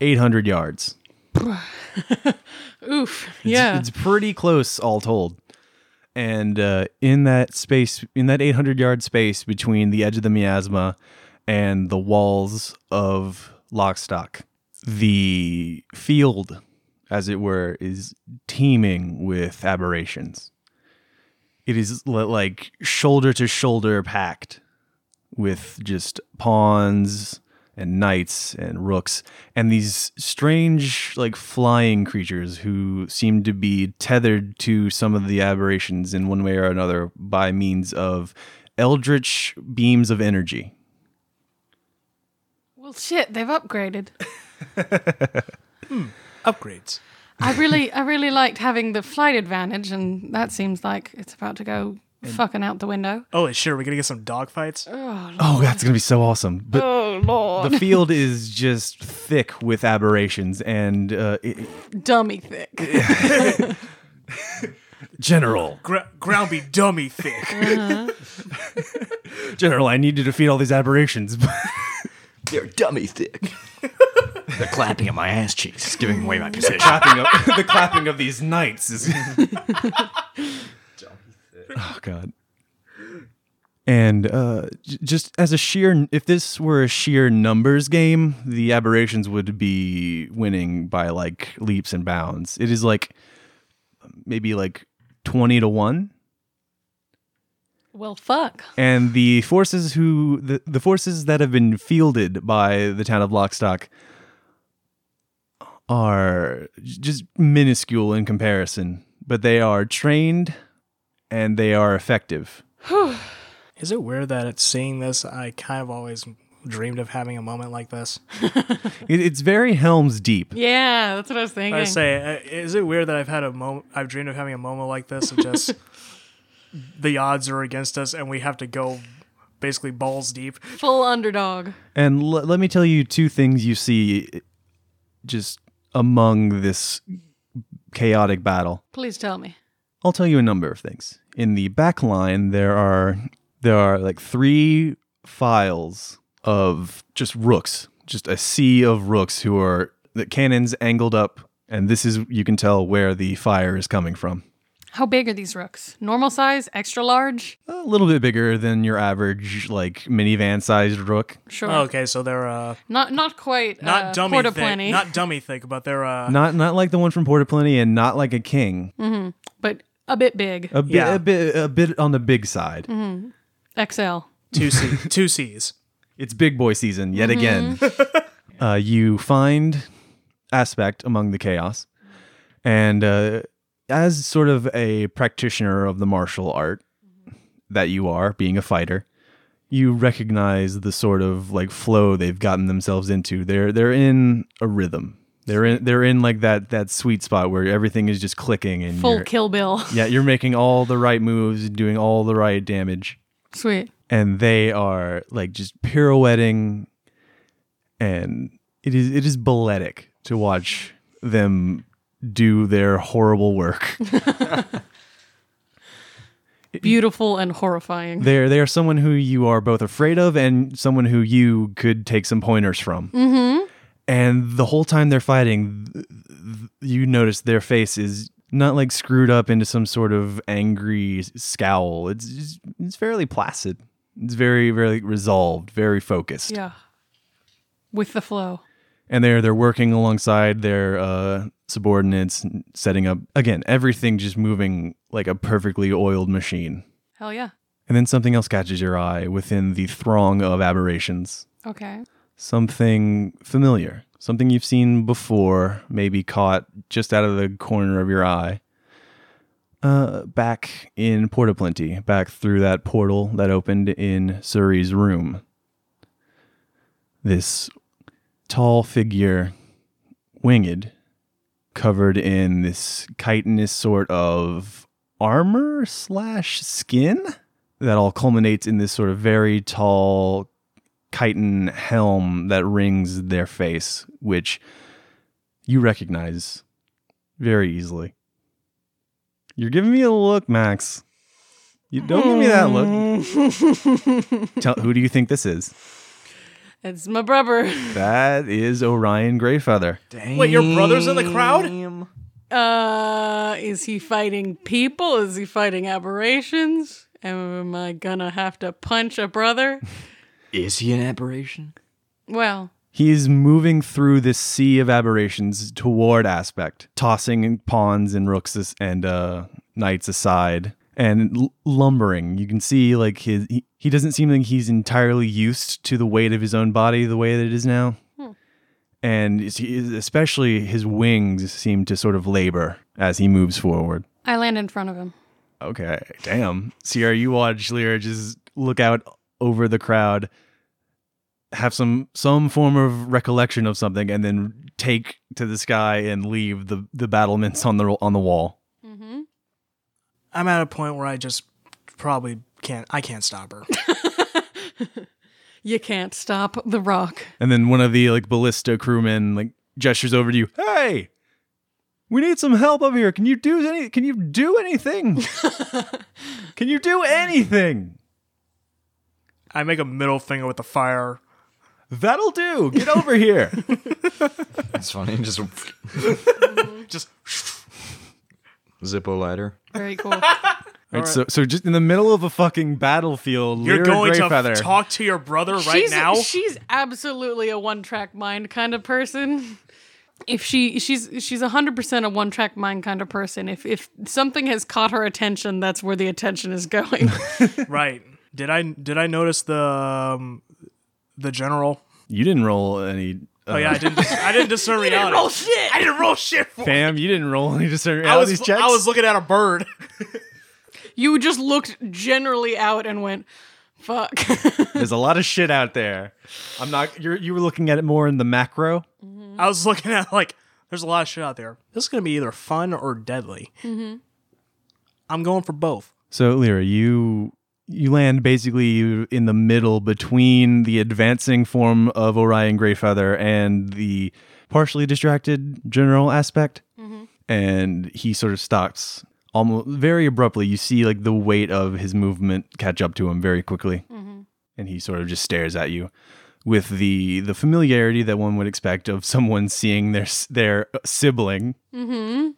Speaker 2: 800 yards.
Speaker 5: Oof.
Speaker 2: It's-
Speaker 5: Yeah.
Speaker 2: It's pretty close, all told. And uh, in that space, in that 800 yard space between the edge of the miasma and the walls of Lockstock, the field, as it were, is teeming with aberrations. It is li- like shoulder to shoulder packed with just pawns and knights and rooks and these strange like flying creatures who seem to be tethered to some of the aberrations in one way or another by means of eldritch beams of energy
Speaker 5: well, shit. They've upgraded.
Speaker 4: Upgrades.
Speaker 5: I really, I really liked having the flight advantage, and that seems like it's about to go fucking out the window.
Speaker 4: Oh shit, are we gonna get some dog fights?
Speaker 5: Uh.
Speaker 2: Oh, that's gonna be so awesome! But
Speaker 5: Oh lord,
Speaker 2: the field is just thick with aberrations and uh, i-
Speaker 5: dummy thick.
Speaker 2: general.
Speaker 4: Gra- ground be dummy thick.
Speaker 2: General, I need to defeat all these aberrations.
Speaker 3: They're dummy thick. They're clapping at my ass cheeks, giving away my position.
Speaker 2: clapping of, the clapping of these knights is. oh God. And uh, j- just as a sheer, if this were a sheer numbers game, the aberrations would be winning by like leaps and bounds. It is like maybe like twenty to one.
Speaker 5: well, fuck.
Speaker 2: and the forces who the, the forces that have been fielded by the town of Lockstock are j- just minuscule in comparison, but they are trained and they are effective.
Speaker 4: Is it weird that it's seeing this, I kind of always dreamed of having a moment like this?
Speaker 2: It, it's very Helm's Deep.
Speaker 5: Yeah, that's what I was thinking.
Speaker 4: I say, uh, is it weird that I've had a moment? I've dreamed of having a moment like this of just the odds are against us, and we have to go basically balls deep.
Speaker 5: Full underdog.
Speaker 2: And l- let me tell you two things you see just among this chaotic battle.
Speaker 5: Please tell me.
Speaker 2: I'll tell you a number of things. In the back line, there are there are like three files of just rooks, just a sea of rooks who are the cannons angled up, and this is you can tell where the fire is coming from.
Speaker 5: How big are these rooks? Normal size, extra large?
Speaker 2: A little bit bigger than your average like minivan sized rook,
Speaker 5: Sure.
Speaker 4: Okay, so they're uh,
Speaker 5: Not not quite.
Speaker 4: not
Speaker 5: uh,
Speaker 4: dummy
Speaker 5: porta
Speaker 4: thick,
Speaker 5: plenty,
Speaker 4: not dummy thick, but they're uh,
Speaker 2: not not like the one from Port of Plenty, and not like a king.
Speaker 5: but a bit big.
Speaker 2: A bit
Speaker 4: Yeah.
Speaker 2: a bit a bit on the big side.
Speaker 5: XL.
Speaker 4: two C, two C's.
Speaker 2: It's big boy season yet again. uh, you find aspect among the chaos, and uh, as sort of a practitioner of the martial art that you are, being a fighter, you recognize the sort of like flow they've gotten themselves into. They're they're in a rhythm. They're in they're in like that that sweet spot where everything is just clicking and
Speaker 5: Full
Speaker 2: you're,
Speaker 5: Kill Bill.
Speaker 2: yeah, you're making all the right moves, doing all the right damage
Speaker 5: Sweet.
Speaker 2: and they are like just pirouetting and it is it is balletic to watch them do their horrible work.
Speaker 5: Beautiful and horrifying.
Speaker 2: They're they are someone who you are both afraid of and someone who you could take some pointers from. Mm-hmm. And the whole time they're fighting, th- th- you notice their face is not like screwed up into some sort of angry scowl. It's it's, it's fairly placid. It's very very resolved, very focused.
Speaker 5: yeah. With the flow.
Speaker 2: and they're they're working alongside their uh, subordinates, n- setting up again everything just moving like a perfectly oiled machine.
Speaker 5: Hell yeah.
Speaker 2: And then something else catches your eye within the throng of aberrations.
Speaker 5: Okay.
Speaker 2: Something familiar, something you've seen before, maybe caught just out of the corner of your eye. Uh, back in Port of Plenty, back through that portal that opened in Surrey's room. This tall figure, winged, covered in this chitinous sort of armor slash skin that all culminates in this sort of very tall chitin helm that rings their face, which you recognize very easily. You're giving me a look, Max. You don't give me that look. Tell, who do you think this is?
Speaker 5: It's my brother.
Speaker 2: That is Orion Greyfeather.
Speaker 4: Wait, your brother's in the crowd?
Speaker 3: Damn.
Speaker 5: Uh, is he fighting people? Is he fighting aberrations? Am I gonna have to punch a brother?
Speaker 3: Is he an aberration?
Speaker 5: Well,
Speaker 2: He is moving through this sea of aberrations toward Aspect, tossing pawns and rooks as- and uh, knights aside and l- lumbering. You can see like his he, he doesn't seem like he's entirely used to the weight of his own body the way that it is now. And it's- he is- especially his wings seem to sort of labor as he moves forward.
Speaker 5: I land in front of him.
Speaker 2: Okay, damn. Sierra, you watch Lyra just look out over the crowd, have some some form of recollection of something, and then take to the sky and leave the the battlements on the on the wall.
Speaker 5: Mm-hmm.
Speaker 4: I'm at a point where I just probably can't. I can't stop her.
Speaker 5: You can't stop the rock.
Speaker 2: And then one of the like ballista crewmen like gestures over to you. Hey, we need some help over here. Can you do any? Can you do anything? can you do anything?
Speaker 4: I make a middle finger with the fire.
Speaker 2: That'll do. Get over here.
Speaker 3: It's funny. Just
Speaker 4: Just
Speaker 3: Zippo lighter.
Speaker 5: Very cool.
Speaker 2: All right, so so just in the middle of a fucking battlefield,
Speaker 4: you're
Speaker 2: Lyra
Speaker 4: going to
Speaker 2: Greyfeather.
Speaker 4: talk to your brother right
Speaker 5: she's,
Speaker 4: now.
Speaker 5: She's absolutely a one track mind kind of person. If she she's she's hundred percent a one track mind kind of person. If if something has caught her attention, that's where the attention is going.
Speaker 4: right? Did I did I notice the um, the general?
Speaker 2: You didn't roll any. Uh,
Speaker 4: Oh yeah,
Speaker 3: Uh-huh.
Speaker 4: I didn't. I didn't discern reality.
Speaker 5: oh shit!
Speaker 4: I didn't roll shit. For
Speaker 2: Fam, you didn't roll any discern
Speaker 4: I was
Speaker 2: realities checks.
Speaker 4: I was looking at a bird.
Speaker 5: You just looked generally out and went, "Fuck."
Speaker 2: There's a lot of shit out there. I'm not. You're you were looking at it more in the macro.
Speaker 4: I was looking at like there's a lot of shit out there. This is gonna be either fun or deadly. I'm going for both.
Speaker 2: So Lyra, you you land basically in the middle between the advancing form of Orion Greyfeather and the partially distracted general aspect, and he sort of stops almost very abruptly. You see like the weight of his movement catch up to him very quickly,
Speaker 5: Mm-hmm.
Speaker 2: and he sort of just stares at you with the the familiarity that one would expect of someone seeing their s- their uh, sibling
Speaker 5: Mm-hmm.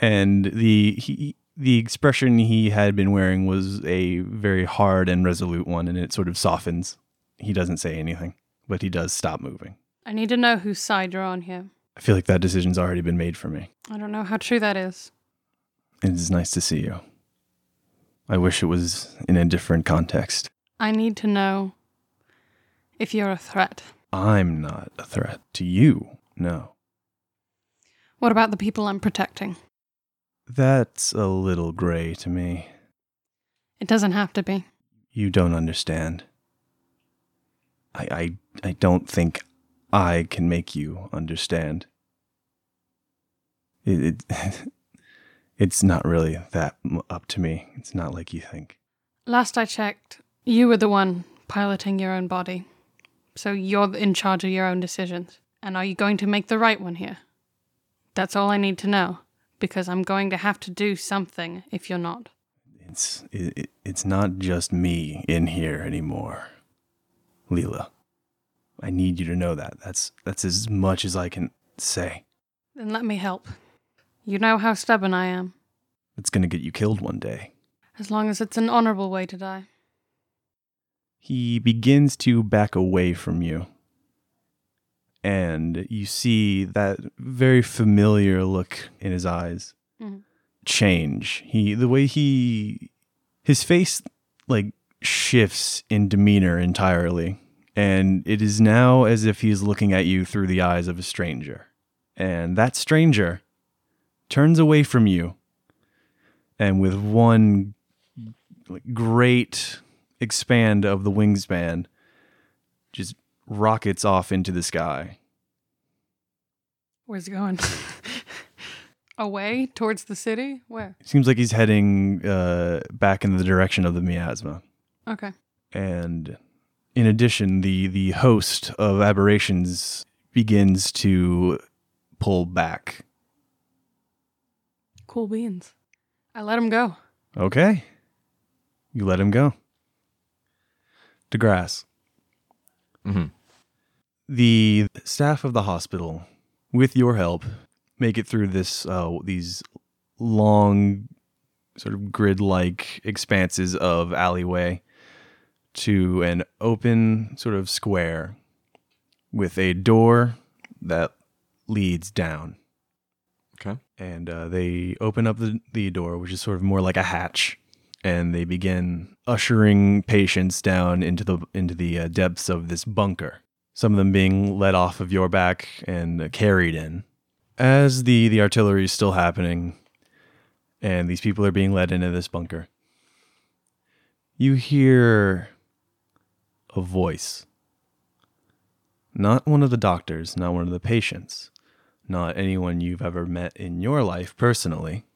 Speaker 2: and the he, the expression he had been wearing was a very hard and resolute one, and it sort of softens. He doesn't say anything, but he does stop moving.
Speaker 5: I need to know whose side you're on here.
Speaker 2: I feel like that decision's already been made for me.
Speaker 5: I don't know how true that is.
Speaker 2: It is nice to see you. I wish it was in a different context.
Speaker 5: I need to know if you're a threat.
Speaker 2: I'm not a threat to you. No.
Speaker 5: What about the people I'm protecting?
Speaker 2: That's a little gray to me.
Speaker 5: It doesn't have to be.
Speaker 2: You don't understand. I, I, I don't think I can make you understand. It, it, it's not really that m- up to me. It's not like you think.
Speaker 5: Last I checked, you were the one piloting your own body. So you're in charge of your own decisions. And are you going to make the right one here? That's all I need to know, because I'm going to have to do something if you're not.
Speaker 2: It's it, it, it's not just me in here anymore, Leela. I need you to know that. That's that's as much as I can say.
Speaker 5: Then let me help. You know how stubborn I am,
Speaker 2: It's gonna get you killed one day.
Speaker 5: as long as it's an honorable way to die.
Speaker 2: He begins to back away from you. And you see that very familiar look in his eyes
Speaker 5: Mhm.
Speaker 2: change. He the way he his face like shifts in demeanor entirely. And it is now as if he is looking at you through the eyes of a stranger. And that stranger turns away from you and with one like great expand of the wingspan just rockets off into the sky.
Speaker 5: Where's it going? Away? Towards the city? Where?
Speaker 2: seems like he's heading uh, back in the direction of the miasma.
Speaker 5: Okay.
Speaker 2: And in addition, the the host of aberrations begins to pull back.
Speaker 5: Cool beans. I let him go.
Speaker 2: Okay. You let him go. DeGrasse.
Speaker 3: Mhm.
Speaker 2: The staff of the hospital, with your help, make it through this uh, these long, sort of grid-like expanses of alleyway to an open sort of square with a door that leads down
Speaker 3: Okay.
Speaker 2: and uh, they open up the, the door, which is sort of more like a hatch, and they begin ushering patients down into the into the uh, depths of this bunker. Some of them being led off of your back and uh, carried in. As the the artillery is still happening, and these people are being led into this bunker, you hear a voice. Not one of the doctors, not one of the patients not anyone you've ever met in your life personally,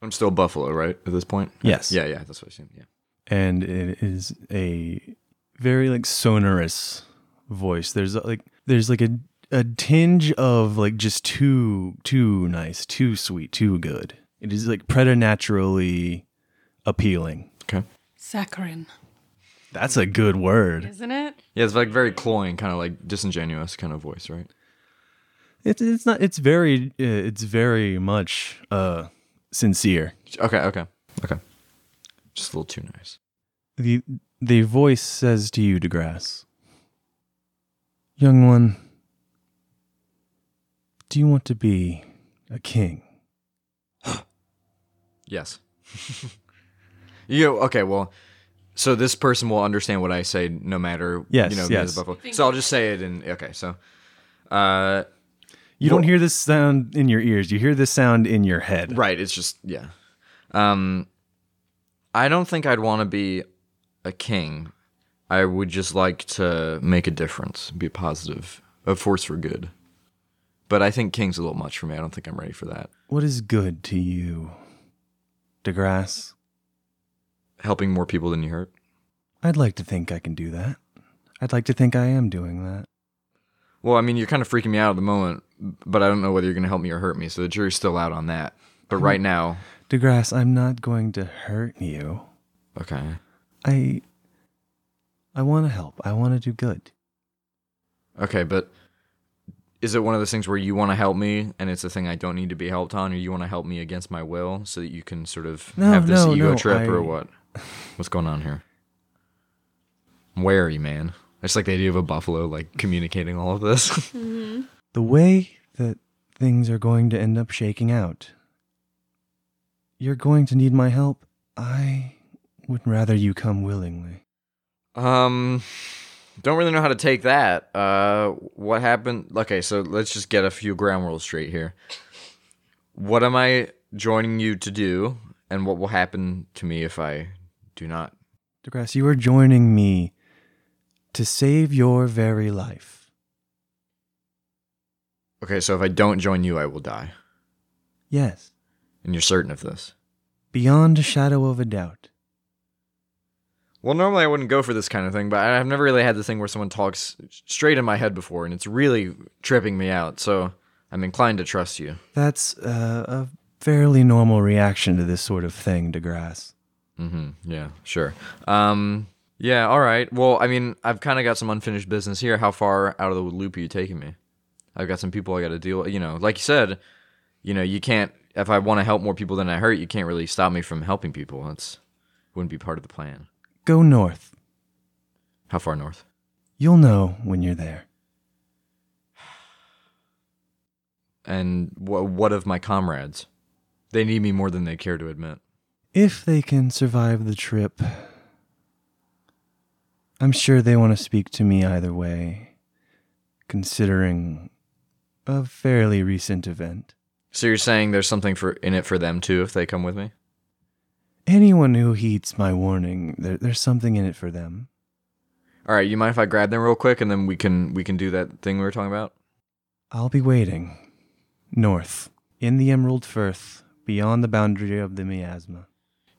Speaker 3: I'm still Buffalo, right? At this point?
Speaker 2: Yes.
Speaker 3: Yeah, yeah, that's what I assumed. Yeah.
Speaker 2: and it is a very like sonorous voice there's like there's like a a tinge of like just too too nice too sweet too good it is like preternaturally appealing
Speaker 3: Okay.
Speaker 5: Saccharin,
Speaker 2: that's a good word
Speaker 5: isn't it?
Speaker 3: Yeah, it's like very cloying, kind of like disingenuous kind of voice, right?
Speaker 2: it's it's not it's very uh, it's very much uh sincere
Speaker 3: Okay, okay, okay. Just a little too nice.
Speaker 2: The the voice says to you, DeGrasse, Young one, do you want to be a king?
Speaker 3: Yes. you know, okay, well, so this person will understand what I say no matter,
Speaker 2: Yes,
Speaker 3: you know,
Speaker 2: yes.
Speaker 3: the Buffalo. So I'll just say it and, okay, so. Uh,
Speaker 2: You don't hear this sound in your ears, you hear this sound in your head.
Speaker 3: Right. It's just yeah. Um, I don't think I'd want to be a king. I would just like to make a difference, be positive, a force for good. But I think king's a little much for me. I don't think I'm ready for that.
Speaker 2: What is good to you, DeGrasse?
Speaker 3: Helping more people than you hurt.
Speaker 2: I'd like to think I can do that. I'd like to think I am doing that.
Speaker 3: Well, I mean, you're kind of freaking me out at the moment, but I don't know whether you're going to help me or hurt me. So the jury's still out on that. But right now,
Speaker 2: DeGrasse, I'm not going to hurt you.
Speaker 3: okay,
Speaker 2: I I want to help. I want to do good.
Speaker 3: okay, but is it one of those things where you want to help me and it's a thing I don't need to be helped on, or you want to help me against my will so that you can sort of
Speaker 2: No,
Speaker 3: have this
Speaker 2: no,
Speaker 3: ego
Speaker 2: no,
Speaker 3: trip
Speaker 2: I-
Speaker 3: or what? What's going on here? I'm wary, man. I just like the idea of a buffalo like communicating all of this.
Speaker 2: the way that things are going to end up shaking out, you're going to need my help. I would rather you come willingly.
Speaker 3: um, don't really know how to take that. Uh, what happened? Okay, so let's just get a few ground rules straight here. What am I joining you to do, and what will happen to me if I do not?
Speaker 2: DeGrasse, you are joining me to save your very life.
Speaker 3: Okay, so if I don't join you, I will die.
Speaker 2: Yes,
Speaker 3: And you're certain of this?
Speaker 2: beyond a shadow of a doubt.
Speaker 3: Well, normally I wouldn't go for this kind of thing, but I- I've never really had this thing where someone talks straight in my head before, and it's really tripping me out, so I'm inclined to trust you.
Speaker 2: That's uh, a fairly normal reaction to this sort of thing, DeGrasse.
Speaker 3: Mm-hmm. Yeah, sure. Um, yeah, all right. Well, I mean, I've kind of got some unfinished business here. How far out of the loop are you taking me? I've got some people I got to deal. You know, like you said, you know, you can't. If I want to help more people than I hurt, you can't really stop me from helping people. That's wouldn't be part of the plan.
Speaker 2: Go north.
Speaker 3: How far north?
Speaker 2: You'll know when you're there.
Speaker 3: And wh- what of my comrades? They need me more than they care to admit.
Speaker 2: If they can survive the trip, I'm sure they want to speak to me either way, considering a fairly recent event.
Speaker 3: So you're saying there's something for in it for them too if they come with me?
Speaker 2: Anyone who heeds my warning, there, there's something in it for them.
Speaker 3: All right, you mind if I grab them real quick and then we can we can do that thing we were talking about?
Speaker 2: I'll be waiting. North, in the Emerald Firth, beyond the boundary of the miasma.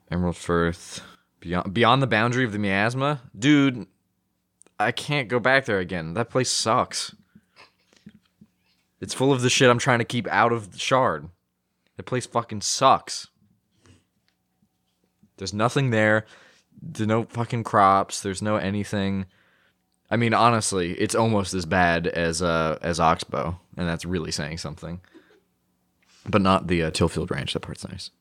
Speaker 3: Emerald Firth, beyond beyond the boundary of the miasma, dude. I can't go back there again. That place sucks. It's full of the shit I'm trying to keep out of the shard. That place fucking sucks. There's nothing there. There's no fucking crops. There's no anything. I mean, honestly, it's almost as bad as uh as Oxbow, and that's really saying something. But not the uh, Tillfield Ranch. That part's nice.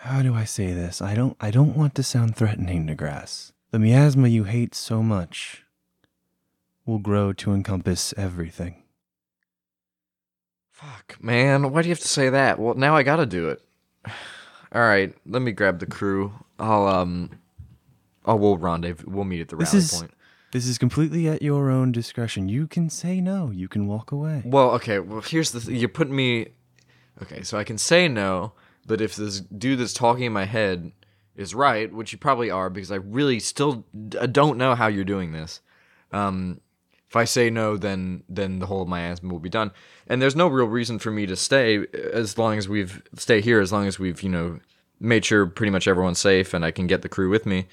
Speaker 2: How do I say this? I don't I don't want to sound threatening to grass. The miasma you hate so much will grow to encompass everything.
Speaker 3: Fuck, man. Why do you have to say that? Well, now I gotta do it. All right, let me grab the crew. I'll um, oh, we'll rendezvous. We'll meet at the
Speaker 2: This
Speaker 3: rally
Speaker 2: is-
Speaker 3: point.
Speaker 2: This is completely at your own discretion. You can say no, you can walk away.
Speaker 3: Well, okay. Well, here's the thing. You're putting me. Okay, so I can say no, but if this dude that's talking in my head is right, which you probably are, because I really still d- I don't know how you're doing this. Um, if I say no, then then the whole of my asthma will be done, and there's no real reason for me to stay as long as we've stay here, as long as we've you know made sure pretty much everyone's safe and I can get the crew with me.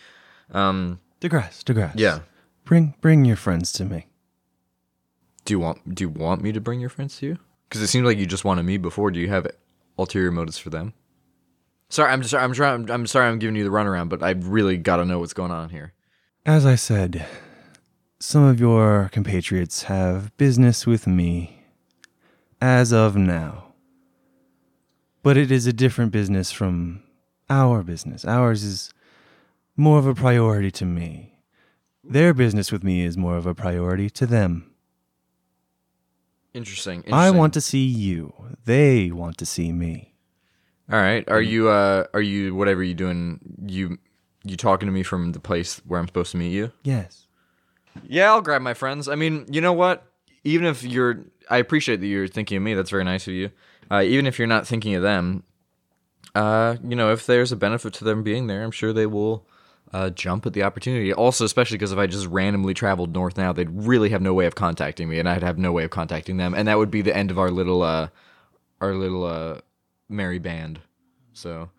Speaker 3: Um,
Speaker 2: DeGrasse, DeGrasse.
Speaker 3: yeah.
Speaker 2: Bring bring your friends to me.
Speaker 3: Do you want do you want me to bring your friends to you? Because it seems like you just wanted me before. Do you have ulterior motives for them? Sorry, I'm sorry. I'm trying. I'm, I'm sorry. I'm giving you the runaround, but I really got to know what's going on here.
Speaker 2: As I said, some of your compatriots have business with me as of now. But it is a different business from our business. Ours is more of a priority to me. Their business with me is more of a priority to them.
Speaker 3: Interesting. interesting.
Speaker 2: I want to see you. They want to see me.
Speaker 3: All right. Are you uh are you whatever you doing you you talking to me from the place where I'm supposed to meet you?
Speaker 2: Yes.
Speaker 3: Yeah, I'll grab my friends. I mean, you know what? Even if you're I appreciate that you're thinking of me. That's very nice of you. Uh, even if you're not thinking of them, uh, you know, if there's a benefit to them being there, I'm sure they will uh, jump at the opportunity. Also, especially because if I just randomly traveled north now, they'd really have no way of contacting me, and I'd have no way of contacting them, and that would be the end of our little uh, our little uh, merry band. So,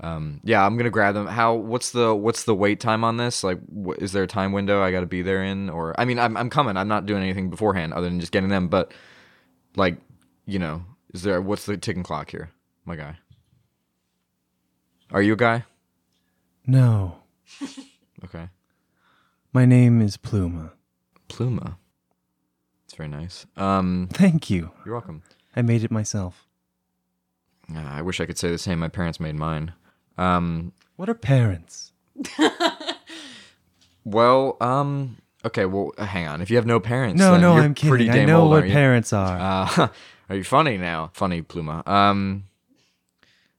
Speaker 3: um, yeah, I'm gonna grab them. How? What's the what's the wait time on this? Like, wh- is there a time window I got to be there in? Or I mean, I'm I'm coming. I'm not doing anything beforehand other than just getting them. But like, you know, is there what's the ticking clock here, my guy? Are you a guy?
Speaker 2: No.
Speaker 3: Okay,
Speaker 2: My name is Pluma.
Speaker 3: Pluma. It's very nice. Um,
Speaker 2: Thank you.
Speaker 3: you're welcome.
Speaker 2: I made it myself.
Speaker 3: Uh, I wish I could say the same. My parents made mine. Um,
Speaker 2: What are parents?
Speaker 3: well, um, okay. Well, hang on. If you have no parents,
Speaker 2: No,
Speaker 3: then
Speaker 2: no,
Speaker 3: you're
Speaker 2: I'm
Speaker 3: Pretty
Speaker 2: kidding.
Speaker 3: damn
Speaker 2: I know
Speaker 3: old,
Speaker 2: what
Speaker 3: aren't you?
Speaker 2: parents are.
Speaker 3: Uh, are you funny now? Funny Pluma. Um.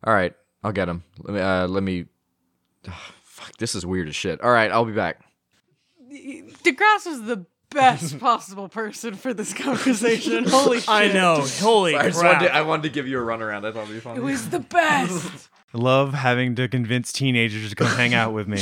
Speaker 3: All right, I'll get him. Let me. Uh, let me. Ugh, fuck, this is weird as shit. All right, I'll be back.
Speaker 5: DeGrasse was the best possible person for this conversation. Holy shit.
Speaker 4: I know. Holy crap.
Speaker 3: wanted to give you a runaround. I thought it'd be funny.
Speaker 5: It was the best.
Speaker 2: Love having to convince teenagers to come hang out with me.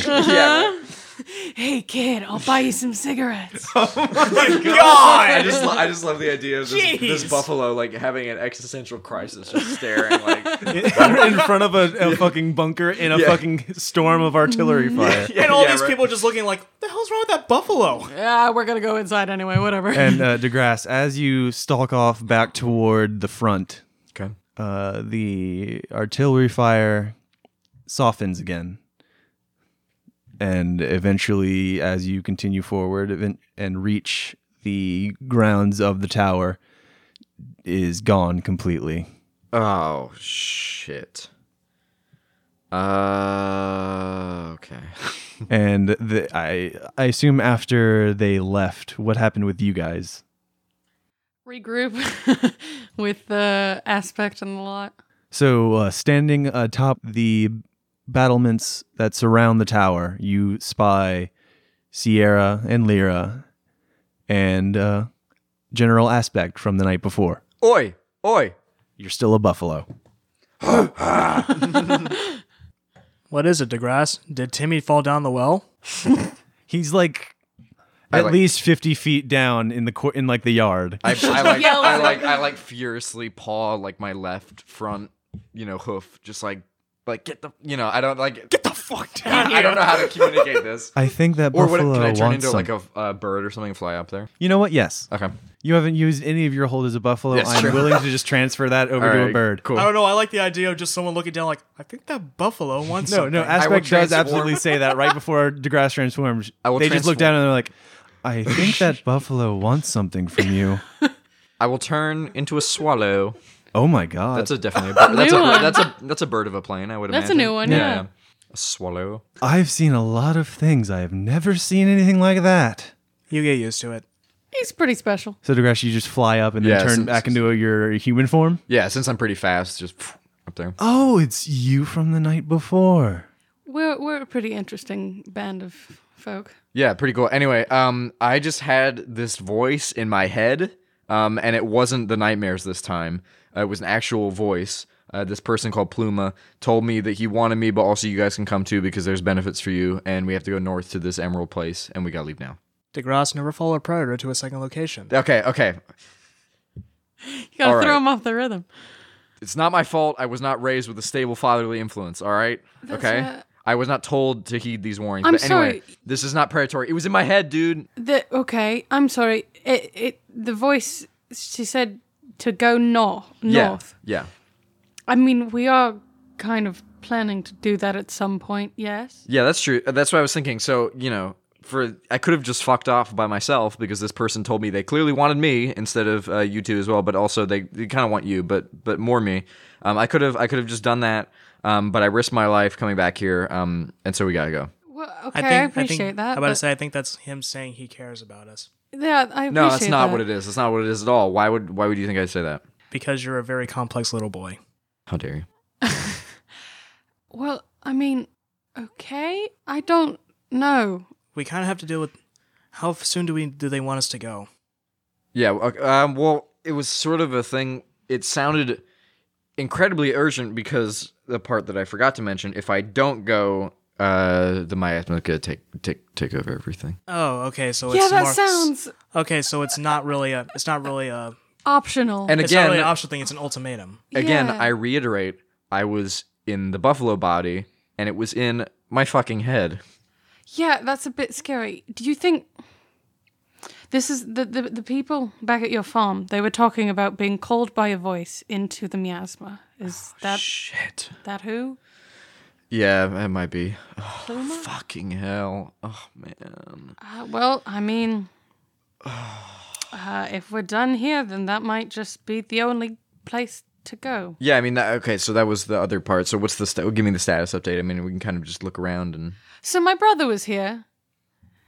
Speaker 5: hey, kid, I'll buy you some cigarettes.
Speaker 3: I just, lo- I just love the idea of this,
Speaker 4: Jeez.
Speaker 3: buffalo like having an existential crisis, just staring like.
Speaker 2: in front of a, a fucking bunker in a
Speaker 3: Yeah.
Speaker 2: fucking storm of artillery fire.
Speaker 3: Yeah,
Speaker 4: and all
Speaker 3: yeah,
Speaker 4: these
Speaker 3: right.
Speaker 4: people just looking like, the hell's wrong with that buffalo?
Speaker 5: yeah, Ah, we're going to go inside anyway, whatever.
Speaker 2: And uh, DeGrasse, as you stalk off back toward the front,
Speaker 3: Okay.
Speaker 2: uh, the artillery fire softens again. And eventually, as you continue forward event- and reach the grounds of the tower, is gone completely.
Speaker 3: Oh shit. Uh. Okay.
Speaker 2: and the, I I assume after they left, what happened with you guys?
Speaker 5: Regroup with the aspect and the lot.
Speaker 2: So uh, standing atop the battlements that surround the tower, you spy Sierra and Lyra and uh, General Aspect from the night before.
Speaker 3: Oi! Oi!
Speaker 2: You're still a buffalo.
Speaker 4: What is it, DeGrasse? Did Timmy fall down the well?
Speaker 2: He's like
Speaker 3: I
Speaker 2: at
Speaker 3: like-
Speaker 2: least fifty feet down in the cor- in like the yard.
Speaker 3: I, I like
Speaker 5: Yells
Speaker 3: I
Speaker 5: at
Speaker 3: like I like furiously paw like my left front, you know, hoof, just like like get the you know I don't like get the fuck down. I don't know how to communicate this.
Speaker 2: I think that
Speaker 3: or what
Speaker 2: buffalo
Speaker 3: can I turn
Speaker 2: wants
Speaker 3: into like
Speaker 2: some-
Speaker 3: a uh, bird or something and fly up there?
Speaker 2: You know what? Yes,
Speaker 3: Okay,
Speaker 2: you haven't used any of your hold as a buffalo.
Speaker 3: That's
Speaker 2: I'm
Speaker 3: true.
Speaker 2: willing to just transfer that over to a
Speaker 3: Alright,
Speaker 2: bird.
Speaker 3: Cool.
Speaker 4: I don't know. I like the idea of just someone looking down like, I think that buffalo wants
Speaker 2: No, no,
Speaker 4: something."
Speaker 3: will
Speaker 2: Aspect does
Speaker 3: transform-
Speaker 2: absolutely say that right before DeGrasse transforms.
Speaker 3: I will
Speaker 2: they just look
Speaker 3: transform.
Speaker 2: down and they're like, I think that buffalo wants something from you.
Speaker 3: I will turn into a swallow.
Speaker 2: Oh my god.
Speaker 3: That's a definitely a bird. That's a,
Speaker 5: New one.
Speaker 3: that's a that's a bird of a plane. I would
Speaker 5: That's a
Speaker 3: imagine.
Speaker 5: new one, yeah.
Speaker 3: A swallow.
Speaker 2: I've seen a lot of things. I have never seen anything like that.
Speaker 4: You get used to it.
Speaker 5: He's pretty special.
Speaker 2: So DeGrasse, you just fly up and then
Speaker 3: Yeah,
Speaker 2: turn
Speaker 3: since-
Speaker 2: back into your human form?
Speaker 3: Yeah, since I'm pretty fast, just up there.
Speaker 2: Oh, it's you from the night before.
Speaker 5: We're, we're a pretty interesting band of folk.
Speaker 3: Yeah, pretty cool. Anyway, um, I just had this voice in my head, um, and it wasn't the nightmares this time. Uh, it was an actual voice. Uh, this person called Pluma told me that he wanted me, but also you guys can come too because there's benefits for you, and we have to go north to this emerald place, and we gotta leave now.
Speaker 4: DeGrasse never followed a predator to a second location.
Speaker 3: Okay, okay.
Speaker 5: You gotta
Speaker 3: All
Speaker 5: throw
Speaker 3: right.
Speaker 5: him off the rhythm.
Speaker 3: It's not my fault. I was not raised with a stable fatherly influence. All right.
Speaker 5: That's
Speaker 3: okay.
Speaker 5: not-
Speaker 3: I was not told to heed these warnings.
Speaker 5: I'm
Speaker 3: but anyway,
Speaker 5: sorry.
Speaker 3: this is not predatory. It was in my head, dude.
Speaker 5: The okay, I'm sorry. It it the voice she said to go north. North.
Speaker 3: Yeah. Yeah.
Speaker 5: I mean, we are kind of planning to do that at some point. Yes.
Speaker 3: Yeah, that's true. Uh, That's what I was thinking. So, you know, for I could have just fucked off by myself because this person told me they clearly wanted me instead of uh, you two as well, but also they, they kind of want you, but but more me. Um, I could have I could have just done that, um, but I risked my life coming back here, um, and so we gotta go.
Speaker 5: Well, okay, I,
Speaker 4: I think
Speaker 5: appreciate
Speaker 4: I think,
Speaker 5: that.
Speaker 4: I'm about to
Speaker 5: but-
Speaker 4: say I think that's him saying he cares about us
Speaker 5: yeah, I appreciate
Speaker 3: No, that's not
Speaker 5: that.
Speaker 3: what it is. That's not what it is at all. Why would why would you think I'd say that?
Speaker 4: because you're a very complex little boy.
Speaker 3: How dare you?
Speaker 5: Well, I mean, okay. I don't know.
Speaker 4: We kind of have to deal with how f- soon do we do they want us to go?
Speaker 3: Yeah. well, okay, Um, well, it was sort of a thing. It sounded incredibly urgent because the part that I forgot to mention. If I don't go, uh, the miasma's gonna take take take over everything.
Speaker 4: Oh, okay, so
Speaker 5: yeah,
Speaker 4: it's
Speaker 5: that
Speaker 4: more,
Speaker 5: sounds
Speaker 4: Okay, so it's not really a it's not really a
Speaker 5: optional.
Speaker 3: And
Speaker 4: it's not
Speaker 3: again,
Speaker 4: really an optional thing, it's an ultimatum.
Speaker 3: again,
Speaker 5: Yeah.
Speaker 3: I reiterate, I was in the buffalo body, and it was in my fucking head.
Speaker 5: Yeah, that's a bit scary. Do you think this is the, the the people back at your farm? They were talking about being called by a voice into the miasma.
Speaker 3: Oh,
Speaker 5: Is that
Speaker 3: Shit.
Speaker 5: that who?
Speaker 3: Yeah, that might be. Oh,
Speaker 5: Pluma?
Speaker 3: fucking hell. Oh man.
Speaker 5: Uh, well, I mean, uh, if we're done here, then that might just be the only place to go.
Speaker 3: Yeah, I mean that. Okay, so that was the other part. So what's the st- give me the status update? I mean, we can kind of just look around and.
Speaker 5: So my brother was here.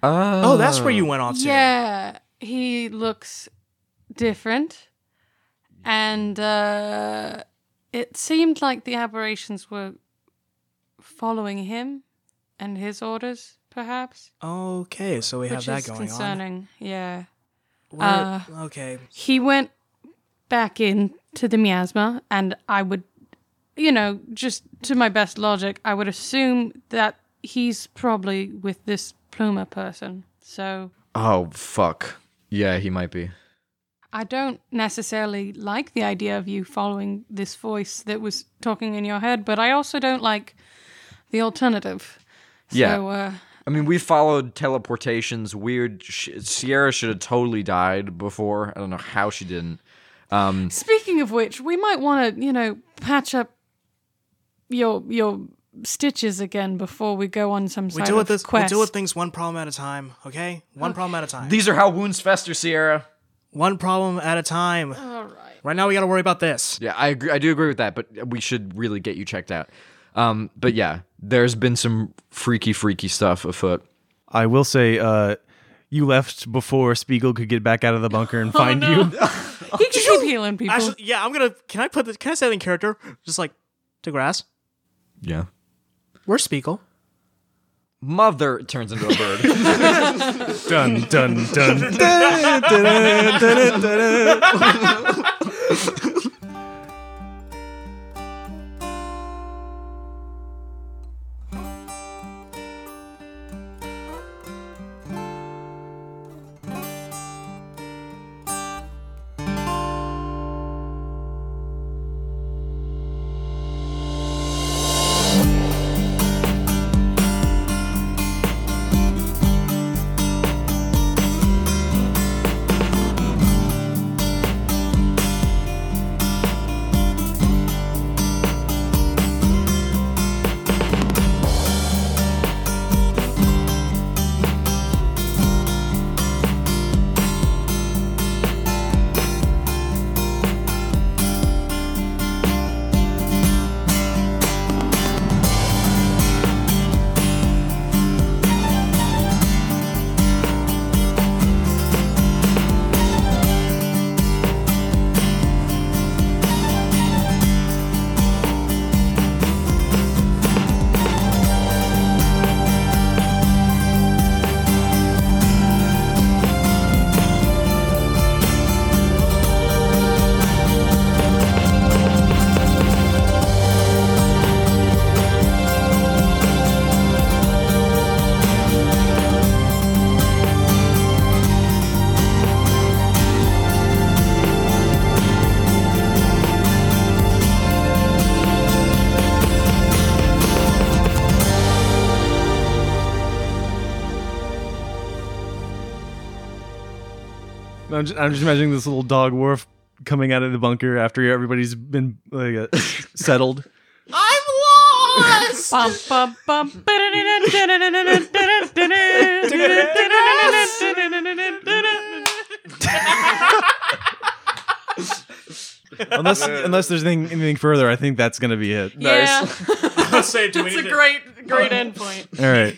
Speaker 3: Oh,
Speaker 4: Oh, that's where you went off to.
Speaker 5: Yeah, he looks different, and uh, it seemed like the aberrations were following him and his orders, perhaps,
Speaker 4: Okay, so we have
Speaker 5: which
Speaker 4: that
Speaker 5: is Uh,
Speaker 4: going on.
Speaker 5: concerning. Yeah,
Speaker 4: Where- okay.
Speaker 5: he went back into the miasma, and I would, you know, just to my best logic, I would assume that he's probably with this Pluma person. So
Speaker 3: Oh fuck. Yeah, he might be.
Speaker 5: I don't necessarily like the idea of you following this voice that was talking in your head, but I also don't like the alternative.
Speaker 3: Yeah.
Speaker 5: So, uh,
Speaker 3: I mean, we followed teleportations. Weird. Sh- Sierra should have totally died before. I don't know how she didn't. Um,
Speaker 5: speaking of which, we might want to, you know, patch up your your stitches again before we go on some
Speaker 4: We
Speaker 5: sort
Speaker 4: deal with
Speaker 5: of
Speaker 4: this
Speaker 5: quest.
Speaker 4: we deal with things one problem at a time, okay? One problem at a time.
Speaker 3: these are how wounds fester, Sierra.
Speaker 4: one problem at a time.
Speaker 5: All right.
Speaker 4: Right now we got to worry about this.
Speaker 3: Yeah, I agree. I do agree with that, but we should really get you checked out. Um, but yeah, there's been some freaky, freaky stuff afoot.
Speaker 2: I will say, uh, you left before Spiegel could get back out of the bunker
Speaker 3: Oh,
Speaker 2: and find you.
Speaker 5: He can keep healing people.
Speaker 4: Actually, yeah, I'm going to Can I put this Can I say that in character? Just like DeGrasse,
Speaker 3: Yeah.
Speaker 4: where's Spiegel?
Speaker 3: Mother turns into a bird.
Speaker 2: dun dun dun. I'm just, I'm just imagining this little dog wharf coming out of the bunker after everybody's been like, uh, settled.
Speaker 5: Bum, bum, bum. That's
Speaker 2: Unless unless there's anything, anything further, I think that's gonna be it.
Speaker 4: Let's say, do we need
Speaker 5: a
Speaker 4: to-
Speaker 5: great, great endpoint.
Speaker 2: All right.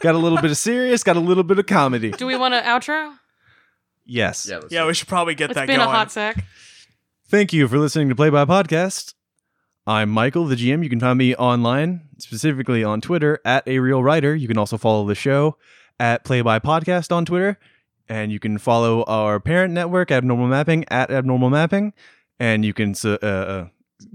Speaker 2: Got a little bit of serious, got a little bit of comedy.
Speaker 5: Do we want an outro?
Speaker 2: Yes.
Speaker 3: Yeah, let's
Speaker 4: Yeah, we should probably get
Speaker 5: It's
Speaker 4: that
Speaker 5: been
Speaker 4: going.
Speaker 5: a hot sec.
Speaker 2: Thank you for listening to Play by Podcast. I'm Michael, the GM. You can find me online, specifically on Twitter at A Real Writer. You can also follow the show at Play by Podcast on Twitter. And you can follow our parent network, Abnormal Mapping, at Abnormal Mapping. And you can su- uh, uh,